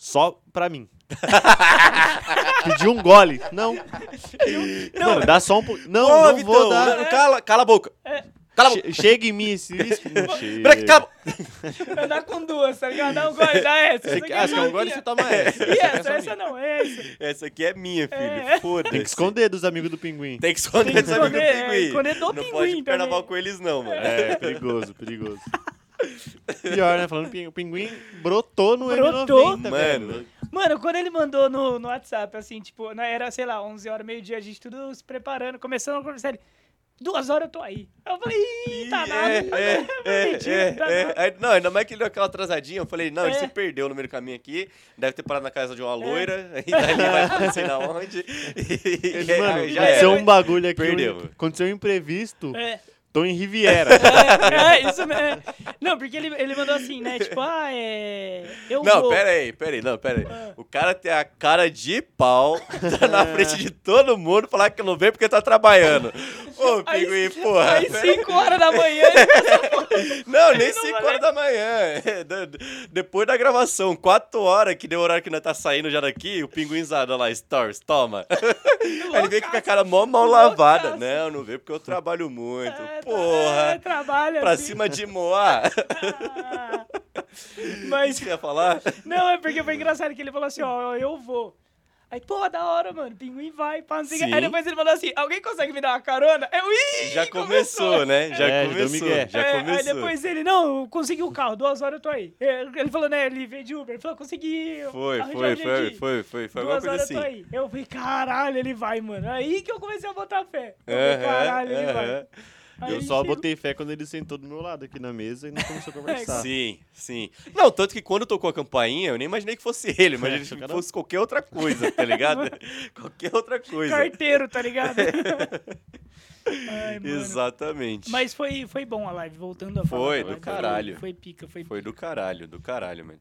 C: só pra mim. Pedi um gole. Não. Mano, dá só um pouco. Não,
A: Ô,
C: não
A: Vitão,
C: vou dar.
A: não- cala, cala a boca. Cala a boca.
C: Che- Chega em mim esse uísque. Não chega.
A: Moleque, cala a boca.
B: Andar com duas, tá ligado? Dá um gole, dá essa.
C: Você
B: essa
C: quer-
B: aqui
C: acho que é um
B: minha.
C: gole você toma essa.
B: E
C: Você quer
B: essa,
C: minha.
B: essa não, essa.
A: Essa aqui é minha, filho.
B: É.
A: Foda-se.
C: Tem que esconder dos amigos do pinguim.
A: Tem que esconder
B: Tem que
A: dos amigos do
B: esconder, é,
A: pinguim.
B: esconder do
A: não
B: pinguim
A: pode ir pro carnaval
B: também.
A: com eles, não, mano.
C: É, perigoso, perigoso. Pior, né? Falando pinguim, o pinguim brotou no
B: Brotou.
C: M90,
A: Mano,
C: velho.
B: Mano, quando ele mandou no, no WhatsApp, assim, tipo, na- era, sei lá, 11 horas, meio-dia, a gente tudo se preparando, começando a conversar. Ele, duas horas eu tô aí. Eu falei, ih, tá nada.
A: é, é, é,
B: Mentira,
A: é,
B: tá
A: é.
B: nada.
A: Aí, Não, ainda mais que ele deu aquela atrasadinha. Eu falei, não, ele
B: É.
A: se perdeu no meio do caminho aqui. Deve ter parado na casa de uma loira. E daí ele vai pra não sei na onde. E,
C: Ele,
A: aí,
C: mano,
A: é, já
C: aconteceu
A: era.
C: um bagulho aqui.
A: Perdeu.
C: um- Aconteceu um imprevisto.
B: É.
C: Tô em Riviera.
B: É, é, isso mesmo. Não, porque ele, ele mandou assim, né? Tipo, ah, é. Eu
A: Não,
B: vou.
A: pera aí, pera aí, não, pera aí.
B: É.
A: O cara tem a
C: É.
A: cara de pau, tá na frente de todo mundo, falar que não vem porque tá trabalhando. Ô,
B: Aí-
A: pinguim, porra.
B: Aí 5 horas da manhã ele passa fome.
A: Não, nem
B: Não
A: 5
B: vai,
A: horas
B: né?
A: da manhã. É, da- Depois da gravação, 4 horas, que deu o horário que nós tá saindo já daqui, o pinguinzada lá, Stories, toma. Aí ele veio com a cara mó mal lavada.
B: Loucaço.
A: Não, não veio porque eu trabalho muito.
B: É, é,
A: Porra.
B: trabalha
A: Pra
B: assim.
A: cima de Moá.
B: Ah.
A: Mas
B: Mas,
A: que ia falar?
B: não, é porque foi engraçado que ele falou assim, ó, eu vou. Aí, porra, da hora, mano, pinguim vai, pá, não sei o
A: Sim.
B: que. Aí depois ele falou assim, alguém consegue me dar uma carona? Eu, ih,
A: Já começou, né? Já
C: É, já deu
A: começou.
C: migué.
A: Já
B: É, Aí
A: começou.
B: depois ele, não, eu consegui o carro, duas horas eu tô aí. É, Ele falou, né, ele veio de Uber, ele falou, consegui.
A: Foi,
B: arranjar
A: foi,
B: um jeito
A: foi,
B: de ir.
A: foi, foi, foi alguma
B: Duas
A: coisa
B: horas
A: assim.
B: eu tô aí. Eu falei, caralho, ele vai, mano. Aí que eu comecei a botar fé. Eu
A: Aham,
B: falei, caralho, ele
A: aham.
B: vai. Aí
C: Eu
B: ele
C: só
B: chegou.
C: botei fé quando ele sentou do meu lado aqui na mesa e não começou a
B: Tá.
C: conversar.
A: Sim, sim. Não, tanto que quando tocou a campainha, eu nem imaginei que fosse ele, mas
C: É,
A: ele
C: achou que
A: que
C: era-
A: fosse qualquer outra coisa, tá ligado? qualquer outra coisa.
B: Carteiro, tá ligado? Ai, mano.
A: Exatamente.
B: Mas foi, foi bom a live, voltando a falar.
A: Foi,
B: da
A: do
B: live,
A: caralho.
B: Foi pica, foi pica.
A: Foi do caralho, do caralho, mano.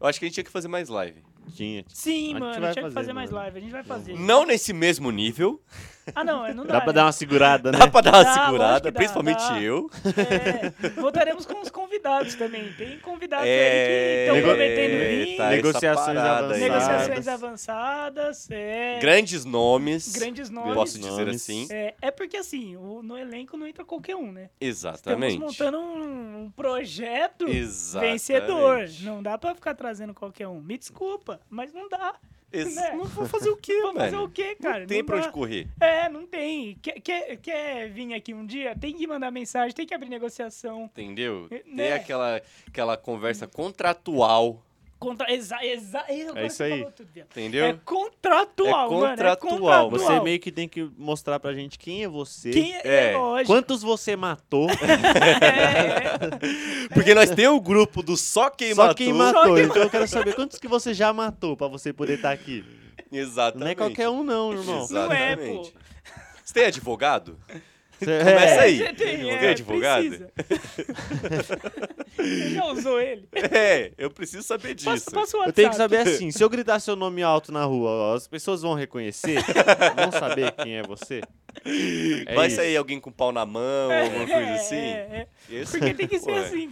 A: Eu acho que a gente tinha que fazer mais live.
C: Tinha.
B: Sim,
C: A gente
B: mano,
C: vai
B: tinha que
C: fazer,
B: fazer mais
C: mano.
B: live, a gente vai fazer.
A: Não nesse mesmo nível.
B: Ah, não, é, não dá.
C: Dá
B: né?
C: pra dar uma segurada, né?
A: Dá pra dar uma
B: Dá, lógico
A: segurada,
B: que dá,
A: principalmente
B: dá.
A: eu.
B: É, voltaremos com os convidados também. Tem convidados
A: É,
B: aí Tá que
C: nego-
B: estão prometendo vir.
A: tá, essa
C: Negociações
A: parada aí.
B: negociações avançadas. É,
A: Grandes nomes.
B: grandes nomes.
A: Posso dizer
C: nomes.
A: assim?
B: É, é porque assim, o- no elenco não entra qualquer um, né?
A: Exatamente.
B: Estamos montando um, um projeto
A: Exatamente.
B: vencedor. Não dá pra ficar trazendo qualquer um. Me desculpa, mas não dá.
A: Ex-
B: né?
A: Não vou fazer o quê,
B: Vou
A: mano?
B: fazer o quê, cara?
A: Não tem pra
B: dá.
A: onde correr.
B: É, não tem. Quer, quer, quer vir aqui um dia? Tem que mandar mensagem, tem que abrir negociação.
A: Entendeu?
B: É,
A: Tem
B: né?
A: aquela, aquela conversa contratual,
B: Contra... Exa... Exa... é, agora
C: isso
B: você
C: aí.
B: falou tudo, viado.
A: entendeu?
B: É contratual,
A: É
B: mano. É
A: contratual.
B: contratual.
A: Você
C: Você meio que tem que mostrar pra gente quem é você.
B: Quem é,
A: É.
B: é. lógico.
C: Quantos você matou?
B: É,
A: Porque nós temos o grupo do Só Quem
C: só
A: Matou.
C: quem
B: Só
C: matou.
B: quem
C: Então eu quero saber quantos que você já matou pra você poder estar aqui.
A: Exatamente.
C: Não é qualquer um, não, irmão.
B: Não é, pô.
A: Exatamente. Você tem advogado?
C: Cê-
A: Começa aí.
B: Você tem,
A: Advogado,
B: é,
A: advogado?
B: precisa. Você já usou ele?
A: É, eu preciso saber disso.
B: Passa, passa o WhatsApp.
C: Eu tenho que saber assim, se eu gritar seu nome alto na rua, ó, as pessoas vão reconhecer? vão saber quem é você? É
A: Vai
C: isso.
A: sair alguém com pau na mão, alguma coisa assim?
B: É, é.
A: Esse-
B: Porque tem que ser
A: Porra.
B: assim.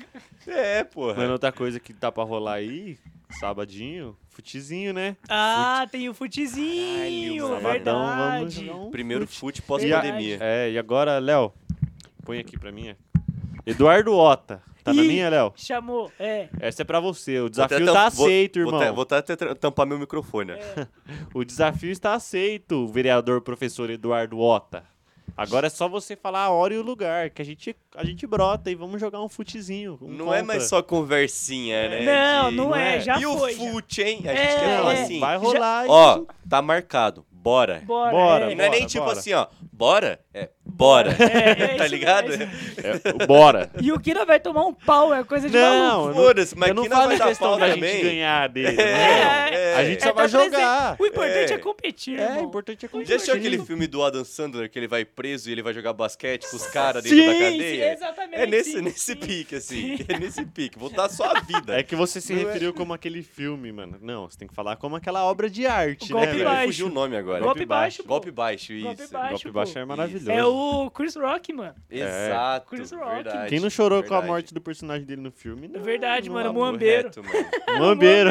A: É, porra.
C: Mano, outra coisa que tá pra rolar aí, sabadinho, futezinho, né?
B: Ah, tem o futezinho,
A: Caralho,
C: Sabadão, vamos
B: É verdade.
C: jogar um
A: Primeiro fute
C: E a-
A: pós-pandemia.
C: É, e agora, Léo, põe aqui pra mim. ó. Eduardo Ota. Tá na
B: Ih.
C: minha, Léo?
B: Chamou, é.
C: Essa é pra você. O
A: Vou até
C: desafio
A: tam-
C: tá
A: vou-
C: aceito,
A: vou
C: irmão.
A: até- Vou até, tra- tampar meu microfone. ó.
B: É.
C: O desafio está aceito, vereador professor Eduardo Ota. Agora é só você falar a hora e o lugar, que a gente, a gente brota e vamos jogar um futezinho. um
A: Não é
C: contra.
A: mais só conversinha, né?
B: não,
A: de-
B: não é,
C: é.
B: já
A: E
B: foi.
A: o
B: já.
A: fute, hein? A gente
B: É,
A: quer falar
B: é.
A: assim.
C: Vai rolar.
A: Ó, tá marcado. Bora.
B: Bora,
C: Bora,
B: é.
A: E não é nem
C: bora,
A: tipo
C: bora.
A: assim, ó. Bora? É, bora.
B: É, é isso
A: tá ligado?
B: mesmo, é isso
C: É, bora.
B: E o Kira vai tomar um pau, é coisa de maluco.
C: Não, eu não,
A: Foda-se, mas
C: eu não
A: aqui nós
C: falo
A: vai
C: em
A: dar
C: questão
A: pau
C: da
A: também.
C: gente ganhar dele.
A: É,
C: não.
A: é.
C: A gente
A: É,
C: só vai
B: tá presente.
C: jogar.
B: O importante é,
A: É.
B: competir,
C: É,
B: irmão.
C: o importante é competir.
A: Já achou aquele filme do Adam Sandler que ele vai preso e ele vai jogar basquete com os caras
B: Sim,
A: dentro da
B: sim,
A: cadeia?
B: exatamente.
A: é nesse,
B: sim,
A: nesse
B: sim.
A: pique, assim. É nesse pique. Vou dar só a vida.
C: É que você se
A: Não é.
C: referiu como aquele filme, mano. Não, você tem que falar como aquela obra de arte,
B: O golpe
A: É,
C: né, velho?
B: baixo.
A: velho, fugiu o nome agora.
B: Golpe baixo, pô.
A: Golpe baixo, isso.
B: Golpe baixo.
C: Golpe baixo é
B: Isso.
C: maravilhoso.
B: É o Chris Rock, mano.
A: Exato.
B: Chris Rock.
A: verdade,
C: É. Quem não chorou com a
A: verdade.
C: morte do personagem dele no filme? Não,
B: Verdade,
C: não
B: mano,
C: amou.
B: o Muambeiro.
A: Reto, mano.
C: Mambeiro.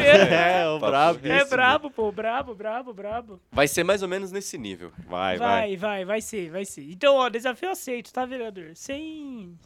B: Mambeiro.
C: É, é o
A: Papo
C: brabo.
A: reto.
B: É
A: Isso,
B: brabo, pô, brabo, brabo, brabo.
A: Vai ser mais ou menos nesse nível.
C: Vai,
B: Vai,
C: vai.
B: vai, vai, ser, vai ser. Então, ó, desafio aceito, tá, vereador? Sem,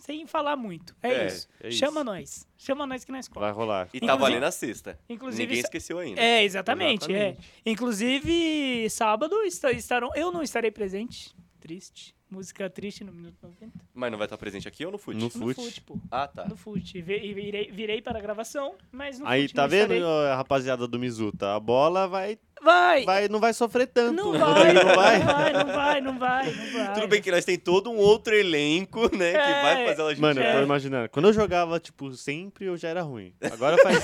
B: sem falar muito. É,
A: É,
B: isso.
C: é isso.
B: Chama nós. Chama nós que nós corre.
C: Vai rolar.
A: E tá
B: Inclusive-
A: valendo a sexta.
B: inclusive
A: Ninguém
B: isso-
A: esqueceu ainda.
B: É, exatamente,
C: Exatamente.
B: é. Inclusive, sábado esta- estarão. Eu não estarei presente. Triste. Música triste no minuto 90.
A: Mas não vai estar presente aqui ou no fute?
C: No
B: No
C: Fute.
B: fute, pô.
A: Ah, tá.
B: No fute. Ve- Virei, virei para a gravação, mas no
C: Aí,
B: fute
C: tá
B: não
C: vendo,
B: estarei.
C: ó, rapaziada do Mizuta? A bola vai,
B: Vai!
C: vai, não vai sofrer tanto.
B: Não vai, não vai,
C: vai.
B: não vai, não vai, não vai.
A: Tudo bem que nós tem todo um outro elenco, né? Que
B: É.
A: vai fazer ela
C: Mano, eu tô
A: é.
C: imaginando. Quando eu jogava, tipo, sempre eu já era ruim. Agora faz.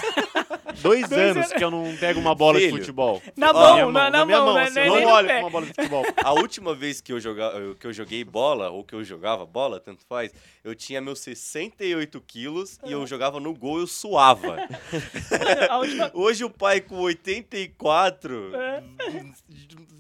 C: dois,
B: Dois
C: anos
B: anos.
C: que eu não pego uma bola
A: Filho,
C: de futebol.
B: Na
A: Ó,
B: mão, na, na
C: minha
B: mão, né?
C: assim,
B: Nem-
C: eu
B: nem
C: não
B: no
C: olho
B: pé.
C: pra uma bola de futebol.
A: A última vez que eu, joga... eu- que eu joguei bola, ou que eu jogava bola, tanto faz, eu tinha meus 68 quilos e
B: É.
A: eu jogava no gol eu suava.
B: A última-
A: Hoje o pai com 84.
B: É.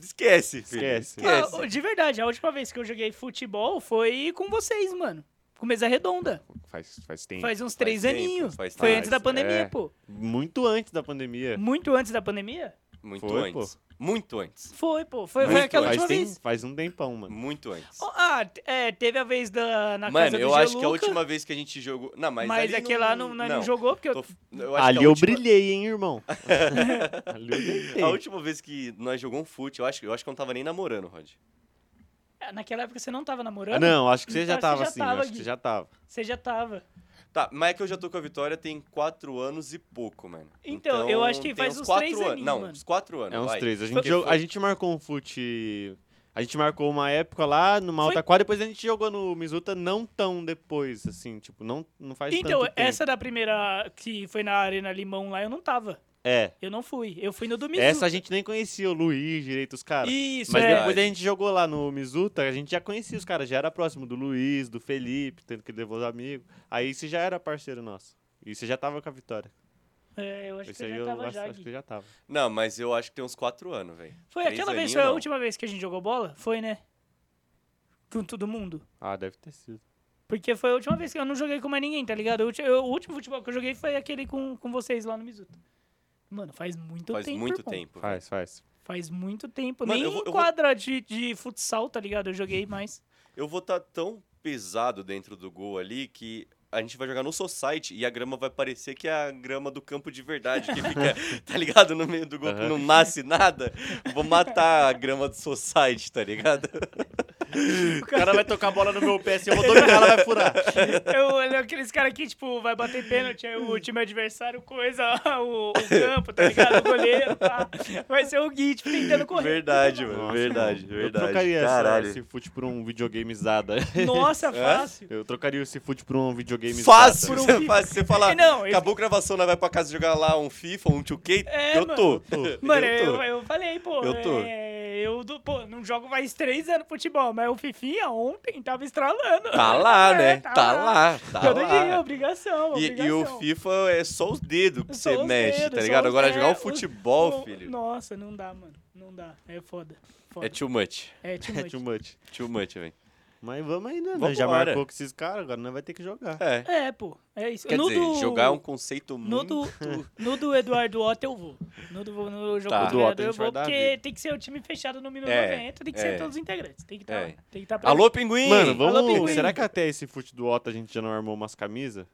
A: Esquece, filho.
C: Esquece.
A: Esquece.
B: Ah, de verdade, a última vez que eu joguei futebol foi com vocês, mano. Com mesa redonda.
C: Faz, faz tempo.
B: Faz uns três
A: tempo,
B: aninhos.
A: faz
B: Foi
A: tempo.
B: antes da pandemia,
C: É.
B: pô.
C: Muito antes da pandemia.
B: Muito antes da pandemia?
A: Muito
C: Foi,
A: antes. Muito antes.
B: Foi, pô. Foi, foi
A: Muito
B: aquela
A: antes.
B: última
C: Faz, tem-
B: vez.
C: faz um tempão, mano.
A: Muito antes.
B: Oh, Ah, t- é, teve a vez da, na casa
A: Mano,
B: do
A: eu acho que a
B: Geluca,
A: última vez que a gente jogou. Não, mas.
B: Mas,
A: ali
B: aquela não, é não, não jogou, porque eu.
A: Tô- eu acho que
C: Ali
A: a
C: eu
A: última-
C: brilhei, hein, irmão. Ali eu brilhei.
A: A última vez que nós jogamos um fute, eu acho, eu acho que eu não tava nem namorando, Rod.
B: Ah, Naquela época você não tava namorando?
C: Ah, não, acho que você já
B: Ah, você
C: tava
B: já
C: assim.
B: tava,
C: acho que
B: Gui.
C: você já tava.
B: Você já tava.
A: Tá, mas é que eu já tô com a Vitória tem quatro anos e pouco, mano.
B: Então, eu acho que
A: tem
B: faz
A: uns
B: uns
A: quatro
B: três
A: anos.
B: aninhos,
A: Não,
B: mano.
A: uns quatro anos.
C: É uns
A: vai.
C: três. A gente,
A: Porque
C: jogou-
A: foi-
C: a gente marcou um fute. A gente marcou uma época lá, numa
B: Foi-
C: outra quadra, depois a gente jogou no Mizuta não tão depois, assim, tipo, não, não faz
B: então,
C: tanto tempo.
B: essa da primeira que foi na Arena Limão lá, eu não tava.
C: É.
B: Eu não fui. Eu fui no do Mizuta.
C: Essa a gente nem conhecia o Luiz direito, os caras.
B: Isso,
C: Mas
B: é.
C: depois a gente jogou lá no Mizuta, a gente já conhecia os caras, já era próximo do Luiz, do Felipe, tendo que levar os amigos. Aí você já era parceiro nosso. E você já tava com a vitória.
B: É, eu acho que
C: Esse aí
B: eu já
C: eu
B: tava
C: acho,
B: já,
C: acho
B: Gui.
C: que já tava.
A: Não, mas eu acho que tem uns quatro anos, velho.
B: Foi
A: Três
B: aquela vez,
A: aninhos,
B: foi a
A: não.
B: última vez que a gente jogou bola? Foi, né? Com todo mundo.
C: Ah, deve ter sido.
B: Porque foi a última vez que eu não joguei com mais ninguém, tá ligado? O ulti- eu- o último futebol que eu joguei foi aquele com, com vocês lá no Mizuta. Mano, faz muito
A: Faz
B: tempo.
A: muito
B: irmão.
A: tempo. velho.
C: Faz, faz.
B: Faz muito tempo.
A: Mano,
B: Nem
A: eu vou- eu vou-
B: quadra De, de futsal, tá ligado? Eu joguei mais.
A: Eu vou estar tão pesado dentro do gol ali que a gente vai jogar no society e a grama vai parecer que é a grama do campo de verdade, que fica, tá ligado? No meio do gol que
C: Aham.
A: não nasce nada. Vou matar a grama do society, tá ligado?
C: O cara vai tocar a bola no meu pé assim, eu vou dominar, ela vai furar.
B: Eu olho aqueles caras que, tipo, vai bater pênalti, aí o time adversário coisa o, o campo, tá ligado? O goleiro, pá. Vai ser o Gui, tipo, tentando correr.
A: Verdade, mano.
C: Nossa,
A: verdade,
C: irmão.
A: verdade.
C: Eu trocaria essa-
A: Caralho.
C: esse fute por um videogame zada.
B: Nossa, fácil.
C: Eu trocaria esse fute por um videogame
A: Fácil,
B: Por um
A: você
B: FIFA.
A: faz- você fala,
B: É, não, esse-
A: acabou a gravação, nós vai pra casa jogar lá um FIFA, um 2K,
B: É,
A: eu, tô.
B: mano. Mano,
A: eu
B: eu,
A: tô.
B: eu falei, pô.
A: Eu tô.
B: é, eu do- pô, não jogo mais três anos futebol, mas o Fifinha ontem tava estralando.
A: Tá lá,
B: É,
A: né? tá lá, tá
B: Todo
A: lá.
B: dia, obrigação,
A: E, e o
B: obrigação.
A: FIFA é só os dedos que
B: Só
A: você
B: os
A: mexe,
B: dedos,
A: tá
B: só
A: ligado?
B: os
A: Agora jogar um
B: dedos,
A: futebol,
B: O-
A: filho,
B: Nossa, não dá, mano. Não dá. É foda. foda.
A: é too much.
B: É, too
C: É
B: much.
C: too much.
A: Too much, velho.
C: Mas vamos aí, né?
A: Vambora.
C: Nós já marcou com esses caras, agora nós vai ter que jogar.
A: É.
B: É, pô. É isso.
A: Quer
B: no
A: dizer,
B: do...
A: jogar é um conceito
B: No
A: muito...
B: do, no do Eduardo Otto eu vou. No do no jogo
A: Tá.
B: do
A: Do
B: Eduardo
C: Otto a
B: eu
C: gente vai
B: vou,
C: dar a
B: porque tem que ser o time fechado no minuto
A: É,
B: 90, tem que
A: é.
B: ser todos os integrantes. Tem que estar.
A: É.
B: Tem que tá pra-
A: Alô, pinguim!
C: Mano,
B: Alô,
C: vamos.
B: pinguim.
C: será que até esse fute do Otto a gente já não armou umas camisas?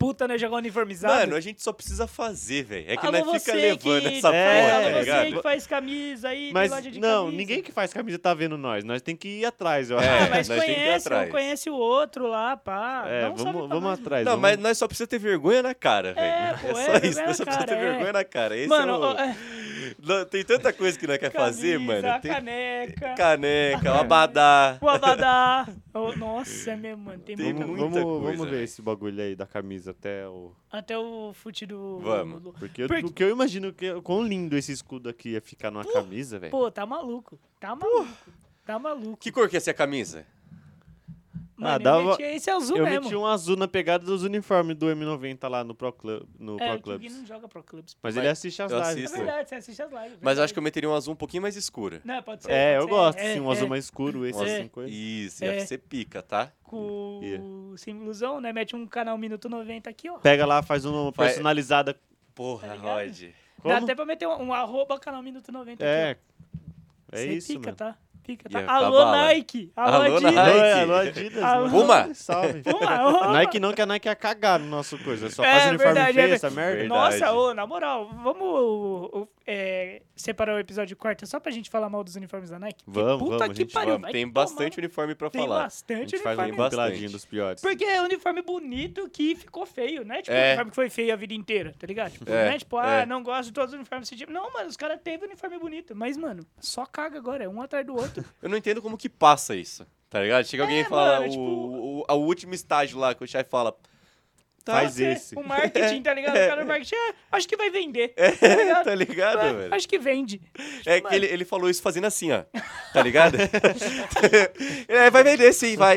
B: Puta, né? Jogar uniformizado.
A: Mano, a gente só precisa fazer, velho. É que
B: Alô,
A: nós fica
B: Ah, você
A: levando
B: que-
A: essa
C: É,
A: porra,
B: Alô,
A: tá
B: você
A: ligado?
B: que faz camisa aí, tem
C: Mas
B: loja de
C: não,
B: camisa.
C: ninguém que faz camisa tá vendo nós. Nós tem que ir atrás, eu
A: É,
B: Ah,
C: acho.
B: mas
A: nós tem que ir
B: conhece, um
A: atrás.
B: conhece o outro lá, pá.
C: É,
B: Dá um salve
C: vamos,
B: pra
C: vamos
B: nós,
C: atrás.
A: Não,
C: vamos-
A: mas nós só precisamos ter vergonha na cara, velho.
B: É, pô,
A: só
B: é, vergonha
A: isso, nós só
B: na
A: precisamos ter
B: cara, é.
A: vergonha na cara. Esse
B: Mano,
A: é o-
B: ó, é,
A: Não, Tem tanta coisa que nós quer fazer,
B: camisa,
A: mano. Tem
B: caneca,
A: caneca, um abadá.
B: o abadá. Ô, nossa, é mesmo, mano. Tem,
A: Tem
B: muito.
A: muita
C: vamos, vamos
A: coisa, né?
C: ver
A: velho.
C: esse bagulho aí da camisa até o.
B: Até o fute do...
A: Vamos.
B: do-
C: Porque, eu-
B: Porque-
C: o que eu imagino que quão lindo esse escudo aqui ia ficar numa camisa, velho.
B: Pô, tá maluco. Tá maluco. Tá maluco.
A: Que cor que é essa camisa?
B: Mano,
C: Ah, dava-
B: eu meti esse azul
C: Eu
B: mesmo.
C: meti um azul na pegada dos uniformes do M90 lá no Pro, Club, no
B: é,
C: Pro
B: o Gui
C: Clubs.
B: não joga pro clubes.
C: Mas
A: Mas
C: ele assiste as
A: eu
C: lives.
B: É
A: assisto.
C: pô.
B: verdade, você assiste as lives.
A: Mas eu acho
B: verdade.
A: que eu meteria um azul um pouquinho mais escuro.
B: Não, pode ser.
C: É,
B: pode
C: eu
B: ser.
C: gosto,
B: É,
C: sim, um azul
B: é.
C: mais escuro, esse
B: É.
C: assim, coisa.
A: Isso,
B: É.
A: ia ser pica, tá?
B: Com
C: Yeah.
B: sem ilusão, né? Mete um canal Minuto 90 aqui, ó.
C: Pega lá, faz uma
A: Vai-
C: personalizada.
A: Porra,
B: Tá ligado?
A: Rod.
C: Como?
B: Dá até pra meter um, um arroba canal Minuto 90
C: É.
B: aqui. ó.
C: É
B: Cê
C: isso,
B: pica,
C: mano. é,
B: tá? Pica,
A: Ia
B: tá?
A: ficar
B: Alô,
A: bala.
B: Nike! Alô,
A: Alô,
B: Adidas!
A: Nike.
C: Alô, alô, Adidas.
B: Alô.
C: mano.
A: Puma?
C: Salve.
B: Vamos lá,
C: Nike não, que a Nike ia cagar no nosso coisa. Só
B: É,
C: faz uniforme
B: verdade,
C: feio,
B: é
C: essa merda.
A: Verdade.
B: Nossa, ô, na moral, vamos ô, ô, é, separar o episódio quarta só pra gente falar mal dos uniformes da Nike? Porque
C: Vamos,
B: puta
C: vamos,
B: que
C: gente,
B: pariu,
A: Vamos,
B: vai
A: Tipo, tem
B: tomar
A: bastante uniforme pra
B: Tem
A: falar.
C: A
B: bastante
C: gente faz um
B: uniforme.
A: bastante.
C: compiladinho dos piores.
B: Porque é um uniforme bonito que ficou feio, não é tipo
A: É.
B: um uniforme que foi feio a vida inteira, tá ligado? Tipo,
A: É,
B: não é tipo, ah,
A: é.
B: não gosto de todos os uniformes desse tipo. Não, mano, os caras teve uniforme bonito. Mas, mano, só caga agora, é um atrás do outro.
A: Eu não entendo como que passa isso, tá ligado? Chega alguém
B: É,
A: e fala
B: mano,
A: o,
B: tipo-
A: o, o- o último estágio lá, que o chefe fala... Tá.
C: Faz
B: É,
C: esse.
B: O marketing, tá ligado? O cara do marketing, ah, acho que vai vender.
A: É, tá ligado,
B: Ah,
A: velho?
B: Acho que vende.
A: É que ele, ele falou isso fazendo assim, ó. Tá ligado? é, vai vender sim, vai.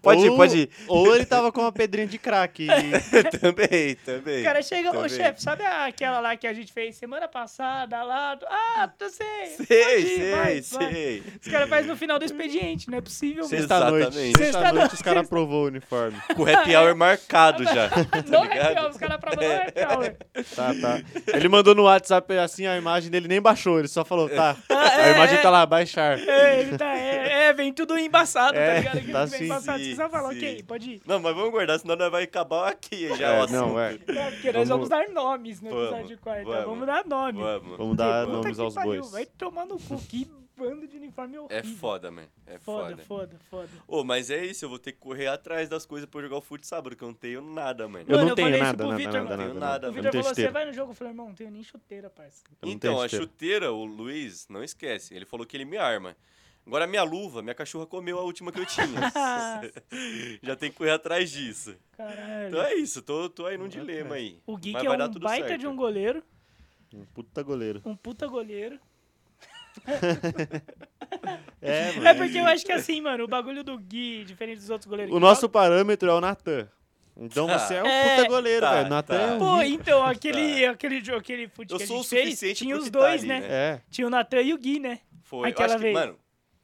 A: Pode ir,
C: Ou-
A: pode ir.
C: Ou ele tava com uma pedrinha de crack. e-
A: também, também.
B: O cara chega, ô
A: também.
B: chefe, sabe aquela lá que a gente fez semana passada lá? do- Ah, eu sei.
A: Sei,
B: pode ir,
A: sei,
B: vai, vai."
A: sei.
B: Os caras fazem no final do expediente, não é possível.
A: Cê-
B: velho.
C: Sexta-noite.
A: Exatamente.
B: tá
C: Sexta-noite os caras aprovou o uniforme.
A: Com o happy hour marcado já.
B: Não
A: Tá
B: é pior,
A: ligado?
B: os caras pra não é pior. velho.
C: Tá, tá. Ele mandou no WhatsApp assim, a imagem dele nem baixou, ele só falou, tá.
B: é,
C: A imagem
B: é.
C: tá lá, baixar.
B: É, ele tá- é, é, vem tudo embaçado, tá
C: É,
B: ligado? Aquilo
C: tá
B: que vem
C: sim.
B: embaçado,
A: Sim,
B: você só fala,
A: sim.
B: ok, pode ir.
A: Não, mas vamos guardar, senão nós vai acabar aqui já assim. o
C: É,
A: assunto.
C: não, é.
B: É, porque nós vamos
C: Vamos-
B: dar nomes no
A: Vamos,
B: episódio quarta.
A: vamos.
B: Vamos, dar nome.
A: Vamos.
C: Vamos dar
B: Puta
C: nomes
B: que
C: aos
B: pariu,
C: bois.
B: Vai tomar no cu, que bando de uniforme horrível.
A: É foda, mano. É
B: Foda,
A: foda.
B: foda, foda.
A: Ô, mas é isso, eu vou ter que correr atrás das coisas pra eu jogar o fute sábado, que eu não tenho nada, mano.
C: Eu
B: Mano,
C: não
B: eu
C: tenho
B: falei isso
C: nada,
B: pro
C: nada,
B: Vitor,
C: nada,
A: não tenho
C: nada,
A: nada,
B: O
C: Eu não
B: Vitor
C: tenho
B: falou, assim, você
C: esteira.
B: vai no jogo? Eu falei, irmão, não tenho nem chuteira, parça.
C: Eu não
A: Então,
C: tenho
A: a
C: esteira.
A: chuteira, o Luiz, não esquece. Ele falou que ele me arma. Agora a minha luva, minha cachorra comeu a última que eu tinha. Já tem que correr atrás disso. Então
B: Caralho.
A: é isso, tô, tô aí num dilema aí.
B: O Geek
A: Mas
B: é
A: vai dar
B: um
A: tudo
B: baita
A: certo.
B: de um goleiro,
C: Um puta goleiro.
B: um puta goleiro.
C: É,
B: É
C: mano.
B: porque eu acho que assim, mano, o bagulho do Gui, diferente dos outros goleiros.
C: O
B: que
C: nosso parâmetro é o Natan. Então
A: Tá.
C: você é um
B: É,
C: puta goleiro,
A: tá,
C: velho. Natan
A: tá.
C: é um
B: Pô,
C: rico.
B: então, aquele, aquele, jo- aquele fute
A: Eu
B: que a
A: sou
B: gente
A: o
B: fez,
A: suficiente
B: tinha
A: pro
B: os
A: que tá
B: dois,
A: ali,
B: né?
A: né?
C: É.
B: Tinha o Natan e o Gui, né?
A: Foi. Eu
B: Aquela
A: acho que,
B: vez.
A: mano,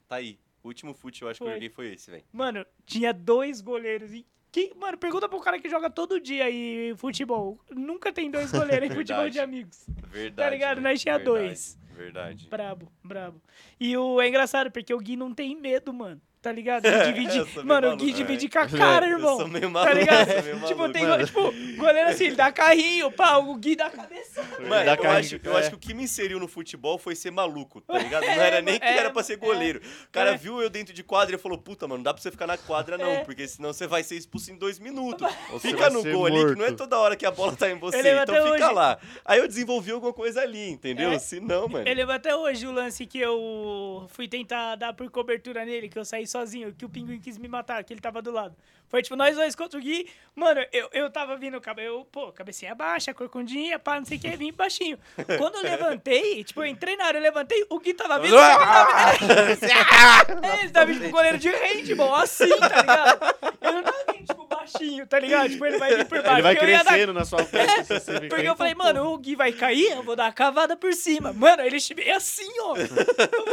A: tá aí. O último fute eu acho que
B: Foi. Tá
A: eu joguei foi esse, velho.
B: Mano, tinha dois goleiros. E quem, mano, pergunta pro cara que joga todo dia aí futebol. Nunca tem dois goleiros em futebol
A: Verdade.
B: de amigos. tá
A: Verdade.
B: ligado?
A: velho.
B: Nós tinha
A: Verdade,
B: dois.
A: Verdade.
B: Brabo, brabo. E o, é engraçado, porque o Gui não tem medo, mano. Tá ligado? Ele
A: É,
B: divide.
A: eu sou meio
B: mano, o Gui
A: maluco,
B: divide
A: velho.
B: com a cara,
A: Eu
B: irmão.
A: sou meio
B: tá
A: maluco,
B: ligado?
A: eu sou meio
B: tipo,
A: maluco,
B: tem,
A: mano.
B: tipo, goleiro assim, ele dá carrinho, pá, o Gui dá cabeça.
A: Mano,
C: Dá
A: eu,
C: carrinho,
A: acho, eu
C: é.
A: acho que o que me inseriu no futebol foi ser maluco, tá ligado? Não era nem que
B: é,
A: era pra ser goleiro. O cara
B: é.
A: viu eu dentro de quadra e falou, puta, mano, não dá pra você ficar na quadra não,
B: É.
A: porque senão você vai ser expulso em dois minutos.
C: Ou você
A: Fica
C: vai
A: no
C: ser
A: gol ali, que não é
C: morto.
A: toda hora que a bola tá em você,
B: Eu lembro
A: então
B: até
A: fica
B: hoje.
A: lá. Aí eu desenvolvi alguma coisa ali, entendeu?
B: É.
A: Se não, mano...
B: Eu lembro até hoje o lance que eu fui tentar dar por cobertura nele, que eu saí sozinho, que o pinguim quis me matar, que ele tava do lado. Foi tipo, nós dois contra o Gui. Mano, eu, eu tava vindo, cabe- eu, pô, cabecinha baixa, corcundinha, pá, não sei o que, vim baixinho. Quando eu levantei, tipo, eu entrei na área, eu levantei, o Gui
A: Ah,
B: tava vindo,
C: Ah!
B: eu é, ele tá vindo com goleiro de handball, assim, tá ligado? Eu não tava vindo, tipo, baixinho, tá ligado? Tipo, ele vai vir por baixo.
C: Ele vai
B: porque eu ia dar-
C: crescendo na sua frente. se você ficar
B: porque eu
C: aí.
B: falei, mano, o Gui vai cair, eu vou dar a cavada por cima. Mano, ele che- é assim, ó. Eu falei,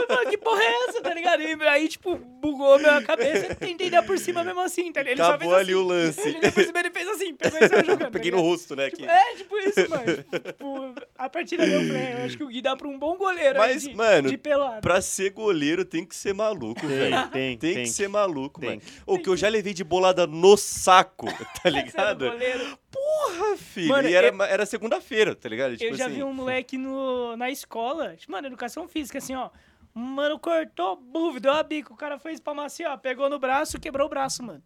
B: mano, que porra é essa, tá ligado? E aí, tipo, bugou a minha cabeça. Eu tentei dar por cima mesmo assim, tá ligado? Ele
A: Acabou
B: só fez
A: ali
B: assim.
A: o lance.
B: Ele deu por cima, ele fez assim, pegou e saiu jogando.
A: Peguei
B: tá
A: no
B: ligado?
A: rosto, né, aqui.
B: Tipo, é, tipo isso, mano. Tipo, a partida deu play. Eu acho que o Gui dá pra um bom goleiro
A: Mas,
B: aí de,
A: mano,
B: de pelado.
A: Pra ser goleiro tem que ser maluco, velho.
C: Tem, tem,
A: Tem que ser maluco,
C: Tem
A: mano. O que eu já levei de bolada no saco, tá ligado?
B: Sendo goleiro.
A: Porra, filho.
B: Mano,
A: e era,
B: eu-
A: era segunda-feira, tá ligado?
B: eu já vi um moleque no, na escola, tipo, mano, educação física, assim, ó. Mano, cortou, buf, deu a bica. O cara foi espalmar assim, ó. Pegou no braço, quebrou o braço, mano.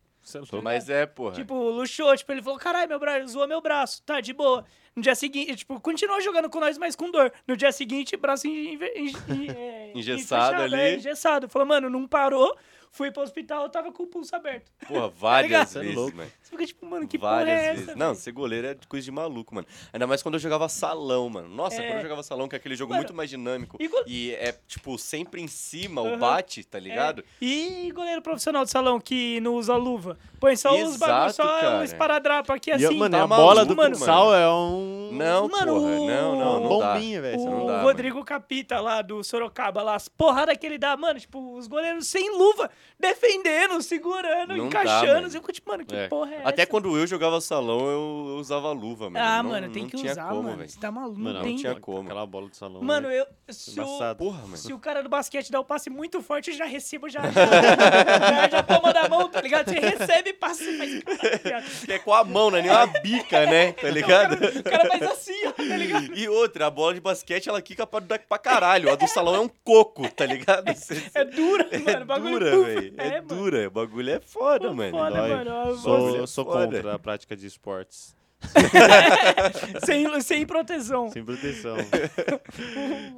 A: Mas é, porra.
B: Tipo, luxou, tipo, ele falou, caralho, meu braço, zoou meu braço, tá, de boa. No dia seguinte, tipo, continuou jogando com nós, mas com dor. No dia seguinte, braço en- en- en- é,
A: Engessado
B: fechado,
A: ali.
B: é, engessado. Falou, mano, não parou, fui pro hospital, eu tava com o pulso aberto.
A: porra, várias
C: Tá ligado?
A: vezes,
C: Você é louco.
A: mano.
B: Você fica tipo, mano, que
A: várias
B: porra é essa?
A: vezes.
B: velho?
A: Não, ser goleiro é coisa de maluco, mano. Ainda mais quando eu jogava salão, mano. Nossa,
B: É.
A: quando eu jogava salão, que é aquele jogo
B: Mano,
A: muito mais dinâmico.
B: e go-
A: E é, tipo, sempre em cima,
B: Aham.
A: o bate, tá ligado?
B: É. E goleiro profissional de salão que não usa luva? Põe só os
A: Exato,
B: bagulhos, só um
A: cara.
B: esparadrapo aqui
C: E,
B: assim.
C: mano,
A: tá
C: a bola
A: maluco,
C: do
A: mano.
C: futsal é um...
A: Não,
B: Mano,
A: porra. Não, não, não dá.
C: Bombinha, velho.
A: Você
B: o
A: não dá, mano.
B: Rodrigo Capita lá do Sorocaba, lá, as porradas que ele dá, mano, tipo, os goleiros sem luva, defendendo, segurando,
A: Não dá,
B: encaixando.
A: mano.
B: eu fico tipo, mano, que
A: É.
B: porra é essa?
A: Até quando eu jogava salão, eu, eu usava luva, mano.
B: Ah,
A: Não-
B: mano, tem
A: não
B: que
A: tinha
B: usar,
A: como,
B: mano.
A: velho.
B: Você tá maluco,
C: Mano,
B: tem.
A: não tinha como.
C: Aquela bola de salão.
B: Mano,
C: né?
B: eu. Se o,
C: Embaçado.
A: Porra, mano.
B: se o cara do basquete dá um passe muito forte, eu já recebo, já. Já, já, já toma na mão, tá ligado? Você recebe e passa. Mas, cara,
A: Que é com a mão, né? Nem uma bica, né? Tá ligado?
B: O cara, o cara faz assim, ó, tá ligado?
A: E outra, a bola de basquete, ela quica pra, pra caralho. A do salão é um coco, tá ligado?
B: É dura,
A: É
B: mano. o bagulho
A: dura,
B: pufa.
A: velho. É,
B: mano.
A: dura. O bagulho é foda,
B: Pô,
A: mano.
B: foda,
C: dói.
B: mano. Eu-
A: Só-
B: eu-
A: Bagulho é
C: Sou, sou
A: foda.
C: contra a prática de esportes.
B: sem, sem proteção.
C: Sem proteção.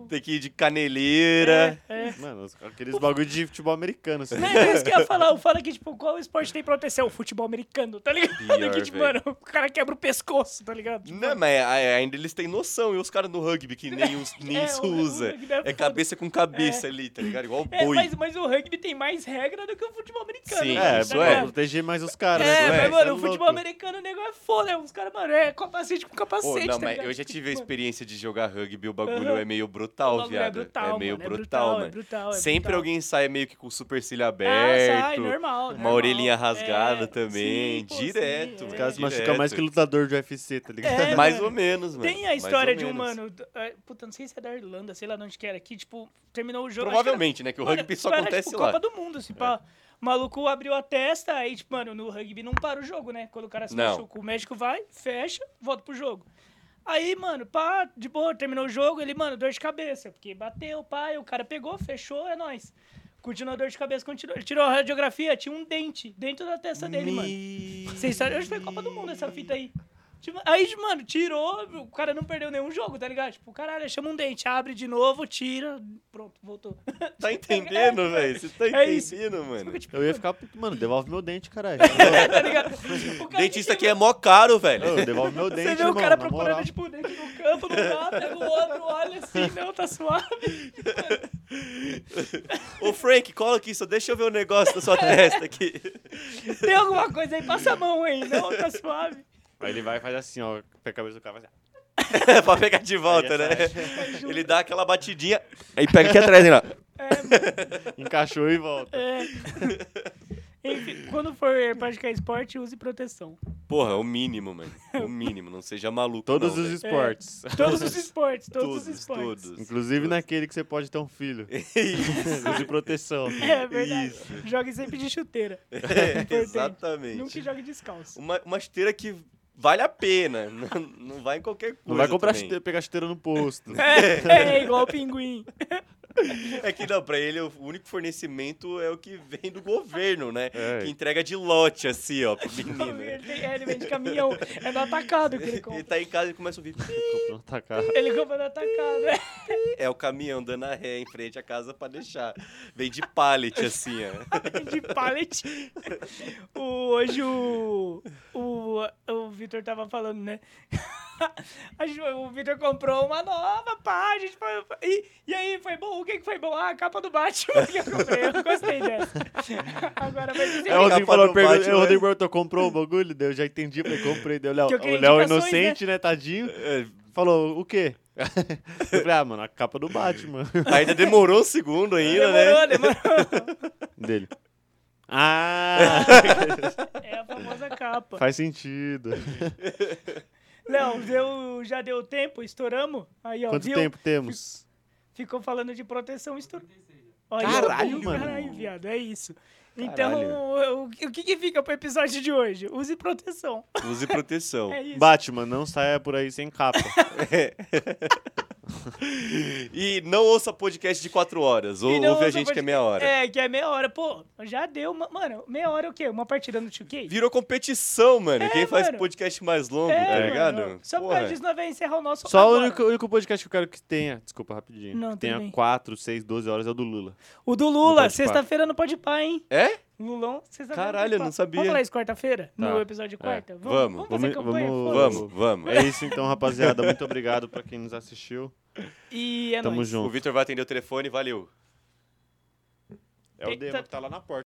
A: Tem que ir de caneleira.
B: É.
C: Mano, os- aqueles bagulho de futebol americano. Assim.
B: Não, é isso que eu ia falar. Eu falo que, tipo, qual esporte tem proteção? Futebol americano, tá ligado?
A: Pior,
B: que, tipo,
A: velho.
B: mano, o cara quebra o pescoço, tá ligado? Tipo,
A: Não, é mas a- ainda eles têm noção. E os caras do rugby, que nem, os, nem
B: É,
A: isso
B: o- o
A: usa.
B: rugby é
A: É
B: foda.
A: cabeça com cabeça ali, tá ligado? Igual
B: é,
A: boi.
B: mas, mas o rugby tem mais regra do que o futebol americano.
A: Sim,
B: né,
C: É,
A: isso
B: tá
C: pra
A: é.
B: ligado?
C: proteger mais os caras.
B: É,
A: isso
C: né?
A: é.
B: mas, mano, o
C: Isso é
B: futebol
C: louco.
B: americano, o negócio é foda. é, Os caras, mano, é capacete com
A: Pô,
B: capacete.
A: não,
B: tá
A: mas
B: ligado?
A: eu já tive a
B: Tipo, mano,
A: experiência de jogar rugby, o bagulho
B: Aham.
A: é meio brutal,
B: O bagulho é
A: viado.
B: brutal,
A: meio
B: mano, é
A: brutal,
B: brutal, é
A: mano.
B: brutal, é
A: Sempre
B: brutal.
A: alguém sai meio que com o supercílio
B: ah,
A: aberto.
B: sai, normal,
A: Uma
B: normal.
A: orelhinha
B: É,
A: rasgada também,
B: sim, pô,
A: direto,
B: sim,
A: os
B: é.
C: Os caras se
A: Direto.
C: machucam mais que lutador de UFC, tá ligado?
B: É,
A: Mais
B: mano.
A: ou menos, mano.
B: Tem a
A: Mais ou
B: história de um
A: menos.
B: mano. é, Puta, não sei se é da Irlanda, sei lá de onde que era, que, tipo, terminou o jogo. acho que era-
A: Provavelmente, né? Que o
B: Mano,
A: rugby só
B: era,
A: acontece
B: tipo,
A: lá. É.
B: Copa do Mundo, se pá. O maluco abriu a testa, aí, tipo, mano, no rugby não para o jogo, né? Quando o cara se
A: Não.
B: machuca, o médico vai, fecha, volta pro jogo. Aí, mano, pá, de boa, terminou o jogo, ele, mano, dor de cabeça, porque bateu, pá, e o cara pegou, fechou, é nóis. Continuou a dor de cabeça, continuou. Ele tirou a radiografia, tinha um dente dentro da testa dele, mano. Vocês sabem, hoje foi Copa do Mundo essa fita aí. Tipo, Aí, mano, tirou, o cara não perdeu nenhum jogo, tá ligado? Tipo, caralho, chama um dente, abre de novo, tira, pronto, voltou.
A: Tá entendendo, velho? Você tá
B: É isso.
A: entendendo, mano?
B: Porque, tipo,
C: Eu ia ficar puto, mano, devolve meu dente, caralho.
B: tá ligado? O cara
A: Dentista
B: que
A: aqui é mó caro, velho.
C: Ô, devolve meu dente,
B: Você vê
C: irmão,
B: o cara
C: na
B: procurando,
C: moral.
B: tipo, o dente no campo, não dá, pega o outro, olha assim, não, tá suave.
A: Ô, Frank, cola aqui, só deixa eu ver o negócio da sua testa aqui.
B: Tem alguma coisa aí, passa a mão aí, não, tá suave.
C: Aí ele vai e faz assim, ó, pega a cabeça do cara e faz assim.
A: pra pegar de volta,
C: Aí
A: né?
C: essa
A: Ele dá aquela batidinha. Aí pega aqui atrás, hein, ó.
B: É, mano,
C: Encaixou e volta.
B: é. Enfim, quando for praticar esporte, use proteção.
A: Porra, é o mínimo, mano. O mínimo, não seja maluco.
C: Todos
A: não, né? É.
C: os
A: velho.
C: esportes.
B: Todos os esportes, todos, os esportes.
A: todos.
C: Inclusive naquele que você pode ter um filho. Isso. De proteção.
B: É verdade. Jogue sempre de chuteira. Importante.
A: Exatamente.
B: Nunca jogue descalço.
A: Uma, uma esteira que vale a pena. Não, não vai em qualquer coisa.
C: Não vai comprar
A: também.
C: chuteira, pegar chuteira no posto.
A: Um
B: É, é igual o pinguim.
A: É que não, pra ele o único fornecimento é o que vem do governo, né?
C: É.
A: Que entrega de lote, assim, ó, pro menino.
B: Ele, tem, é, ele vende caminhão. É no atacado que ele
A: Ele
B: compra.
A: tá em casa e começa a ouvir.
C: Comprou um tacado.
B: Ele compra no atacado. é.
A: É o caminhão dando a ré em frente à casa pra deixar. Vem de pallet, assim, ó.
B: de pallet. O, hoje o, o, o Vitor tava falando, né? A gente- o Vitor comprou uma nova, pá, a gente foi... E, e aí, foi bom? O que que foi bom? Ah, a capa do Batman que eu comprei, eu gostei dessa. Agora vai ser...
C: Aí É o Rodrigo
A: capa
C: falou,
A: do
C: pergunta-
A: Batman,
C: aí o Rodrigo
A: né?
C: perguntou, comprou o bagulho? Daí Eu já entendi, falei, comprei. Daí o Léo,
B: Que eu queria
C: o Léo
B: indicações,
C: inocente, né? tadinho,
A: É.
C: falou, o quê? Eu falei, ah, mano, a capa do Batman.
A: Ainda demorou um segundo ainda,
B: Demorou,
A: né?
B: demorou.
C: Dele. Ah,
B: É a famosa capa.
C: faz sentido.
B: Léo, deu, já deu tempo? Estouramos? Aí, ó,
C: Quanto
B: viu?
C: tempo temos?
B: Ficou falando de proteção estourou. Olha,
C: Caralho,
B: eu-
C: mano.
B: Caralho, viado, é isso. Então, o, o que que fica pro episódio de hoje? Use proteção.
A: Use proteção.
B: É isso.
C: Batman, não saia por aí sem capa.
A: E não ouça podcast de quatro horas. Ou
B: E não
A: ouve a
B: usa
A: gente
B: podcast-
A: que é meia hora.
B: É, que é meia hora. Pô, já deu. ma- Mano, meia hora é o quê? Uma partida no 2K?
A: Virou competição, mano.
B: É,
A: Quem faz
B: mano.
A: podcast mais longo,
B: é,
A: tá
B: mano,
A: ligado?
B: Só por
A: Porra.
B: causa disso, nós vamos encerrar o nosso
C: Só o
B: agora.
C: único, o único podcast que eu quero que tenha, desculpa, rapidinho,
B: Não,
C: que
B: tudo bem.
C: tenha 4, 6, 12 horas é o do Lula.
B: O do
C: No
B: Lula,
C: Podpah.
B: sexta-feira no Pode Pá, hein?
A: É?
B: Lulão, sexta-feira. no
A: Caralho, eu
B: Podpah.
A: não sabia.
B: Vamos falar isso quarta-feira? No
C: Tá.
B: episódio de quarta?
A: Vamos,
B: Vamos, fazer
C: vamos-
B: campanha?
C: vamos-
B: Foda-se.
A: Vamos, vamos.
C: É isso então, rapaziada. Muito obrigado pra quem nos assistiu.
B: E é
C: Tamo
B: nóis.
A: O
C: junto.
A: Vitor vai atender o telefone, valeu.
C: É o
B: Eita.
C: Demo que tá lá na porta.